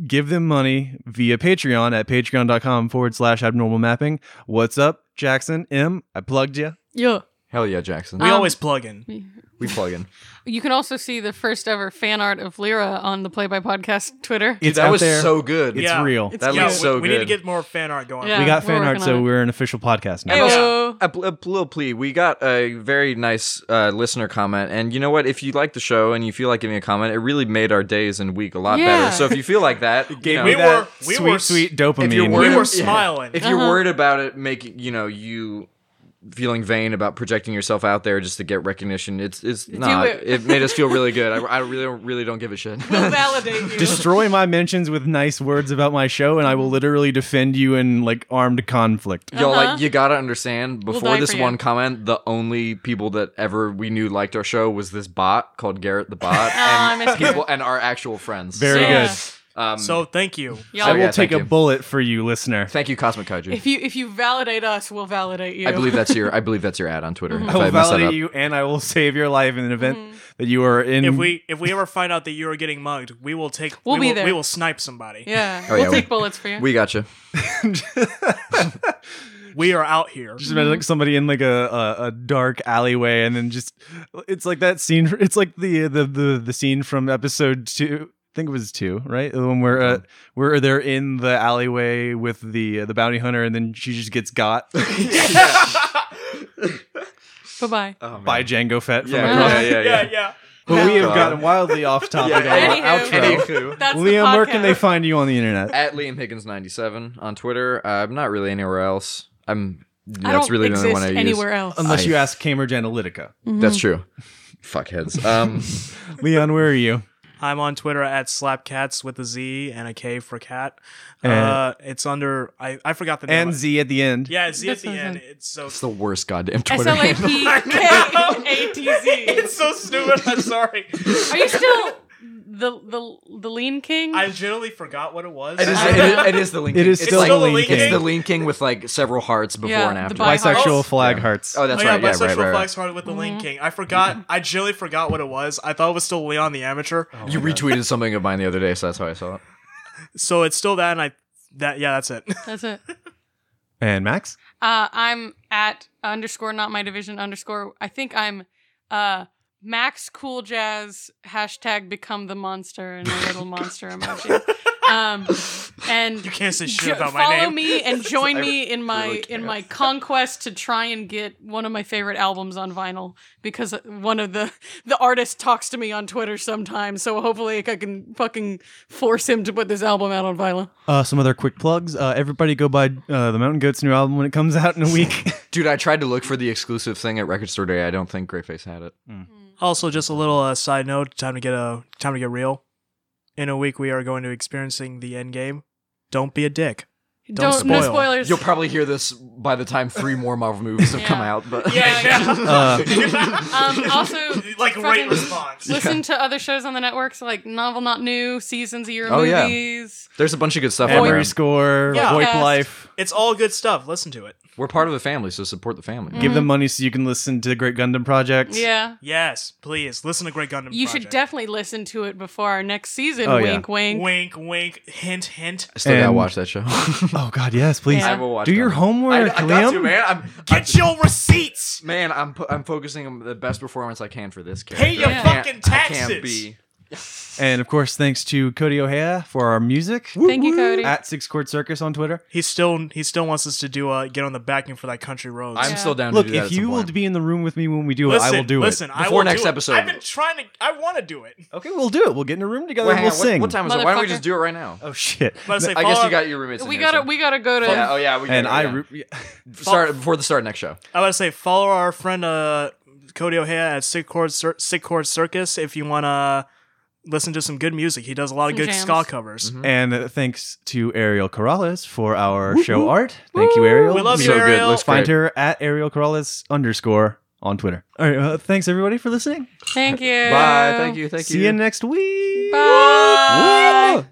Speaker 2: give them money via Patreon at patreon.com forward slash abnormal mapping. What's up, Jackson M? I plugged you.
Speaker 5: Yeah.
Speaker 3: Hell yeah, Jackson.
Speaker 4: We
Speaker 5: Um,
Speaker 4: always plug in.
Speaker 3: we plug in.
Speaker 5: You can also see the first ever fan art of Lyra on the Play by Podcast Twitter.
Speaker 2: It's
Speaker 3: that
Speaker 2: out
Speaker 3: was
Speaker 2: there.
Speaker 3: so good.
Speaker 2: It's
Speaker 4: Yeah.
Speaker 2: real.
Speaker 5: It's
Speaker 3: That
Speaker 5: cute.
Speaker 4: Yeah, we,
Speaker 3: looks so
Speaker 4: we need to
Speaker 3: good.
Speaker 4: get more fan art going.
Speaker 5: Yeah.
Speaker 2: we got
Speaker 5: we're
Speaker 2: fan art,
Speaker 5: working on
Speaker 2: so
Speaker 5: it.
Speaker 2: we're an official podcast now.
Speaker 5: Ayo.
Speaker 3: a, pl- a pl- little plea. We got a very nice uh, listener comment, and you know what? If you like the show and you feel like giving a comment, it really made our days and week a lot
Speaker 5: Yeah.
Speaker 3: better. So if you feel like that, you know,
Speaker 4: me
Speaker 2: We
Speaker 4: that were- we
Speaker 2: sweet,
Speaker 4: were s-
Speaker 2: sweet dopamine.
Speaker 3: if you're
Speaker 4: We
Speaker 3: worried,
Speaker 4: were
Speaker 3: yeah.
Speaker 4: smiling.
Speaker 3: If
Speaker 5: Uh-huh.
Speaker 3: you're worried about it making you know you feeling vain about projecting yourself out there just to get recognition, it's it's not.
Speaker 5: it.
Speaker 3: It. made us feel really good. I, I really don't really don't give a shit.
Speaker 5: We'll validate you.
Speaker 2: Destroy my mentions with nice words about my show, and I will literally defend you in like armed conflict.
Speaker 3: Y'all like you gotta understand. Before
Speaker 5: Uh-huh. die
Speaker 3: this
Speaker 5: for you.
Speaker 3: one comment, the only people that ever we knew liked our show was this bot called Garrett the
Speaker 5: Oh,
Speaker 3: bot,
Speaker 5: I miss
Speaker 3: and people
Speaker 5: Garrett.
Speaker 3: and our actual friends.
Speaker 2: Very
Speaker 5: Yeah.
Speaker 2: good.
Speaker 3: Um,
Speaker 4: so thank you.
Speaker 5: Y'all,
Speaker 2: I will
Speaker 3: yeah,
Speaker 2: take
Speaker 3: thank
Speaker 2: a
Speaker 3: you.
Speaker 2: bullet for you, listener.
Speaker 3: Thank you, Cosmic Kaiju.
Speaker 5: if you if you validate us, we'll validate you. Mm-hmm.
Speaker 3: I believe that's your I believe that's your ad on Twitter. If
Speaker 2: I will
Speaker 3: messed that up.
Speaker 2: validate you, and I will save your life in an event that you are in.
Speaker 4: If we if we ever find out that you are getting mugged, we will take
Speaker 5: We'll
Speaker 4: we
Speaker 5: be
Speaker 4: will,
Speaker 5: there.
Speaker 4: We will snipe somebody.
Speaker 5: Yeah.
Speaker 3: Oh,
Speaker 5: we'll
Speaker 3: yeah,
Speaker 5: take
Speaker 3: we-
Speaker 5: bullets for you.
Speaker 3: We got you.
Speaker 4: We are out here.
Speaker 2: just imagine like somebody in like a, a, a dark alleyway, and then just it's like that scene. It's like the the the, the scene from episode two. I think it was two, right? The one where uh,
Speaker 3: Mm-hmm.
Speaker 2: where they're in the alleyway with the uh, the bounty hunter, and then she just gets got
Speaker 5: bye bye.
Speaker 2: by Django Fett from
Speaker 3: Yeah,
Speaker 2: across
Speaker 3: yeah, yeah,
Speaker 4: yeah,
Speaker 3: yeah.
Speaker 4: yeah.
Speaker 2: But we have
Speaker 3: God.
Speaker 2: gotten wildly off topic
Speaker 3: Yeah,
Speaker 2: on our
Speaker 5: anywho.
Speaker 2: outro.
Speaker 5: That's the
Speaker 2: Liam, where can
Speaker 5: podcast.
Speaker 2: they find you on the internet?
Speaker 3: At Liam Higgins ninety seven on Twitter. Uh, I'm not really anywhere else. I'm.
Speaker 5: I
Speaker 3: that's
Speaker 5: don't
Speaker 3: really the
Speaker 5: exist
Speaker 3: only one I use.
Speaker 5: anywhere Mm-hmm. else.
Speaker 2: Unless
Speaker 3: I-
Speaker 2: you ask Cambridge Analytica.
Speaker 3: That's true. Fuckheads. Um,
Speaker 2: Leon, where are you?
Speaker 4: I'm on Twitter at slapcats with a Z and a K for cat.
Speaker 3: Eh.
Speaker 4: uh,
Speaker 2: And-
Speaker 4: it's under I, I forgot the name.
Speaker 2: And Z at the end.
Speaker 4: yeah, it's Z at
Speaker 5: That
Speaker 4: the
Speaker 5: sounds
Speaker 4: end.
Speaker 5: like-
Speaker 4: It's so
Speaker 3: it's the worst goddamn
Speaker 5: S
Speaker 3: Twitter.
Speaker 5: L A
Speaker 3: handle.
Speaker 5: P K A T Z.
Speaker 4: it's so stupid. I'm sorry.
Speaker 5: Are you still the the the lean king?
Speaker 4: I generally forgot what it was.
Speaker 3: It is,
Speaker 5: I
Speaker 3: it,
Speaker 5: know.
Speaker 3: is, it is the link.
Speaker 2: It is
Speaker 3: It's
Speaker 2: still
Speaker 3: like-
Speaker 4: the
Speaker 2: the Lean
Speaker 4: Lean
Speaker 2: King.
Speaker 3: It's the link king with like several hearts before
Speaker 5: Yeah,
Speaker 3: and
Speaker 5: the
Speaker 3: after.
Speaker 5: bi-
Speaker 2: Bisexual flag
Speaker 3: Yeah.
Speaker 2: hearts.
Speaker 3: Oh, that's
Speaker 4: oh, yeah,
Speaker 3: right. Yeah,
Speaker 4: bisexual
Speaker 3: right, right,
Speaker 4: flags
Speaker 3: right.
Speaker 4: started with the
Speaker 5: Mm-hmm.
Speaker 4: Link King. I forgot. I generally forgot what it was. I thought it was still Leon the Amateur.
Speaker 3: You retweeted something of mine the other day, so that's how I saw it.
Speaker 4: So it's still that, and I that yeah, that's it.
Speaker 5: That's it.
Speaker 2: And Max?
Speaker 5: Uh, I'm at underscore not my division underscore. I think I'm uh, Max Cool Jazz hashtag become the monster and a little monster emoji. Um, and
Speaker 4: You can't say shit
Speaker 5: jo-
Speaker 4: about my
Speaker 5: follow
Speaker 4: name.
Speaker 5: me and join me in my in my conquest to try and get one of my favorite albums on vinyl because one of the the artist talks to me on Twitter sometimes. So hopefully I can fucking force him to put this album out on vinyl.
Speaker 2: Uh, some other quick plugs. Uh, everybody go buy uh, the Mountain Goats new album when it comes out in a week.
Speaker 3: Dude, I tried to look for the exclusive thing at Record Store Day. I don't think Greyface had it.
Speaker 4: Also, just a little uh, side note. Time to get a time to get real. In a week, we are going to experiencing the end game. Don't be a dick. Don't
Speaker 5: no
Speaker 4: spoil.
Speaker 5: spoilers.
Speaker 3: You'll probably hear this by the time three more Marvel movies have come
Speaker 5: Yeah.
Speaker 3: out. But
Speaker 2: Uh,
Speaker 5: um, also,
Speaker 4: like
Speaker 5: fucking-
Speaker 4: great response.
Speaker 5: Listen to other shows on the networks like Novel Not New, Seasons of Your
Speaker 3: Oh, yeah.
Speaker 5: Movies.
Speaker 3: there's a bunch of good stuff. on there.
Speaker 2: Emory Score,
Speaker 4: Yeah.
Speaker 2: Voip
Speaker 5: Podcast.
Speaker 2: Life.
Speaker 4: It's all good stuff. Listen to it.
Speaker 3: We're part of the family, so support the family.
Speaker 2: Give them money so you can listen to the Great Gundam Project.
Speaker 5: Mm-hmm. Yeah.
Speaker 4: Yes, please listen to Great Gundam.
Speaker 5: You should
Speaker 4: Project.
Speaker 5: definitely listen to it before our next season.
Speaker 2: Oh, yeah.
Speaker 5: wink, wink.
Speaker 4: wink, wink, hint, hint.
Speaker 3: I still gotta
Speaker 2: And-
Speaker 3: watch that show.
Speaker 2: Oh, God, yes, please.
Speaker 5: Yeah. I
Speaker 3: will watch
Speaker 2: Do
Speaker 3: that
Speaker 2: your
Speaker 3: one.
Speaker 2: homework, Liam.
Speaker 3: man. I'm,
Speaker 4: Get your receipts.
Speaker 3: man, I'm pu- I'm focusing on the best performance I can for this character.
Speaker 4: Pay your
Speaker 3: I can't-
Speaker 4: fucking
Speaker 3: I can't
Speaker 4: taxes.
Speaker 3: be
Speaker 2: And of course, thanks to Cody O'Hara for our music
Speaker 5: Thank you, Cody.
Speaker 2: at Six Chord Circus on Twitter.
Speaker 4: He still he still wants us to do uh get on the backing for that country roads.
Speaker 3: I'm
Speaker 5: Yeah.
Speaker 3: still down.
Speaker 2: Look,
Speaker 3: to do that
Speaker 2: if you will
Speaker 3: be.
Speaker 2: be in the room with me when we do
Speaker 4: listen,
Speaker 2: it, I will do
Speaker 4: listen,
Speaker 2: it.
Speaker 4: I
Speaker 3: Before
Speaker 4: will
Speaker 3: next
Speaker 4: do it.
Speaker 3: episode.
Speaker 4: I've been trying to. I want to do it.
Speaker 2: Okay, we'll do it. We'll get in a room together.
Speaker 3: Wait,
Speaker 2: and
Speaker 3: hang
Speaker 2: we'll
Speaker 3: on, what-
Speaker 2: sing.
Speaker 3: What, time is it? Why don't we
Speaker 5: Motherfucker.
Speaker 3: just do it right now?
Speaker 2: Oh shit!
Speaker 4: But I say,
Speaker 3: I guess
Speaker 4: follow-
Speaker 3: you got your roommates. in
Speaker 5: we
Speaker 3: here,
Speaker 5: gotta
Speaker 3: so-
Speaker 5: we gotta go to
Speaker 3: Yeah, oh yeah, we
Speaker 2: and
Speaker 3: gotta,
Speaker 2: I
Speaker 3: yeah.
Speaker 2: root. yeah.
Speaker 3: start before the start of next show.
Speaker 4: I was to say follow our friend uh, Cody O'Hara at Sick Chord, Cir- Sick Chord Circus if you want to listen to some good music. He does a lot of
Speaker 5: Some
Speaker 4: good
Speaker 5: jams.
Speaker 4: ska covers.
Speaker 2: And uh, thanks to Ariel Corrales for our show art. Thank you, Ariel.
Speaker 4: We love
Speaker 3: So
Speaker 4: you,
Speaker 3: good.
Speaker 4: Ariel.
Speaker 3: Looks fine.
Speaker 2: Find her at Ariel Corrales underscore on Twitter. All right. Uh, thanks everybody for listening.
Speaker 5: thank you
Speaker 3: Bye. Thank you. Thank
Speaker 2: See you next week.
Speaker 5: bye
Speaker 2: Woo!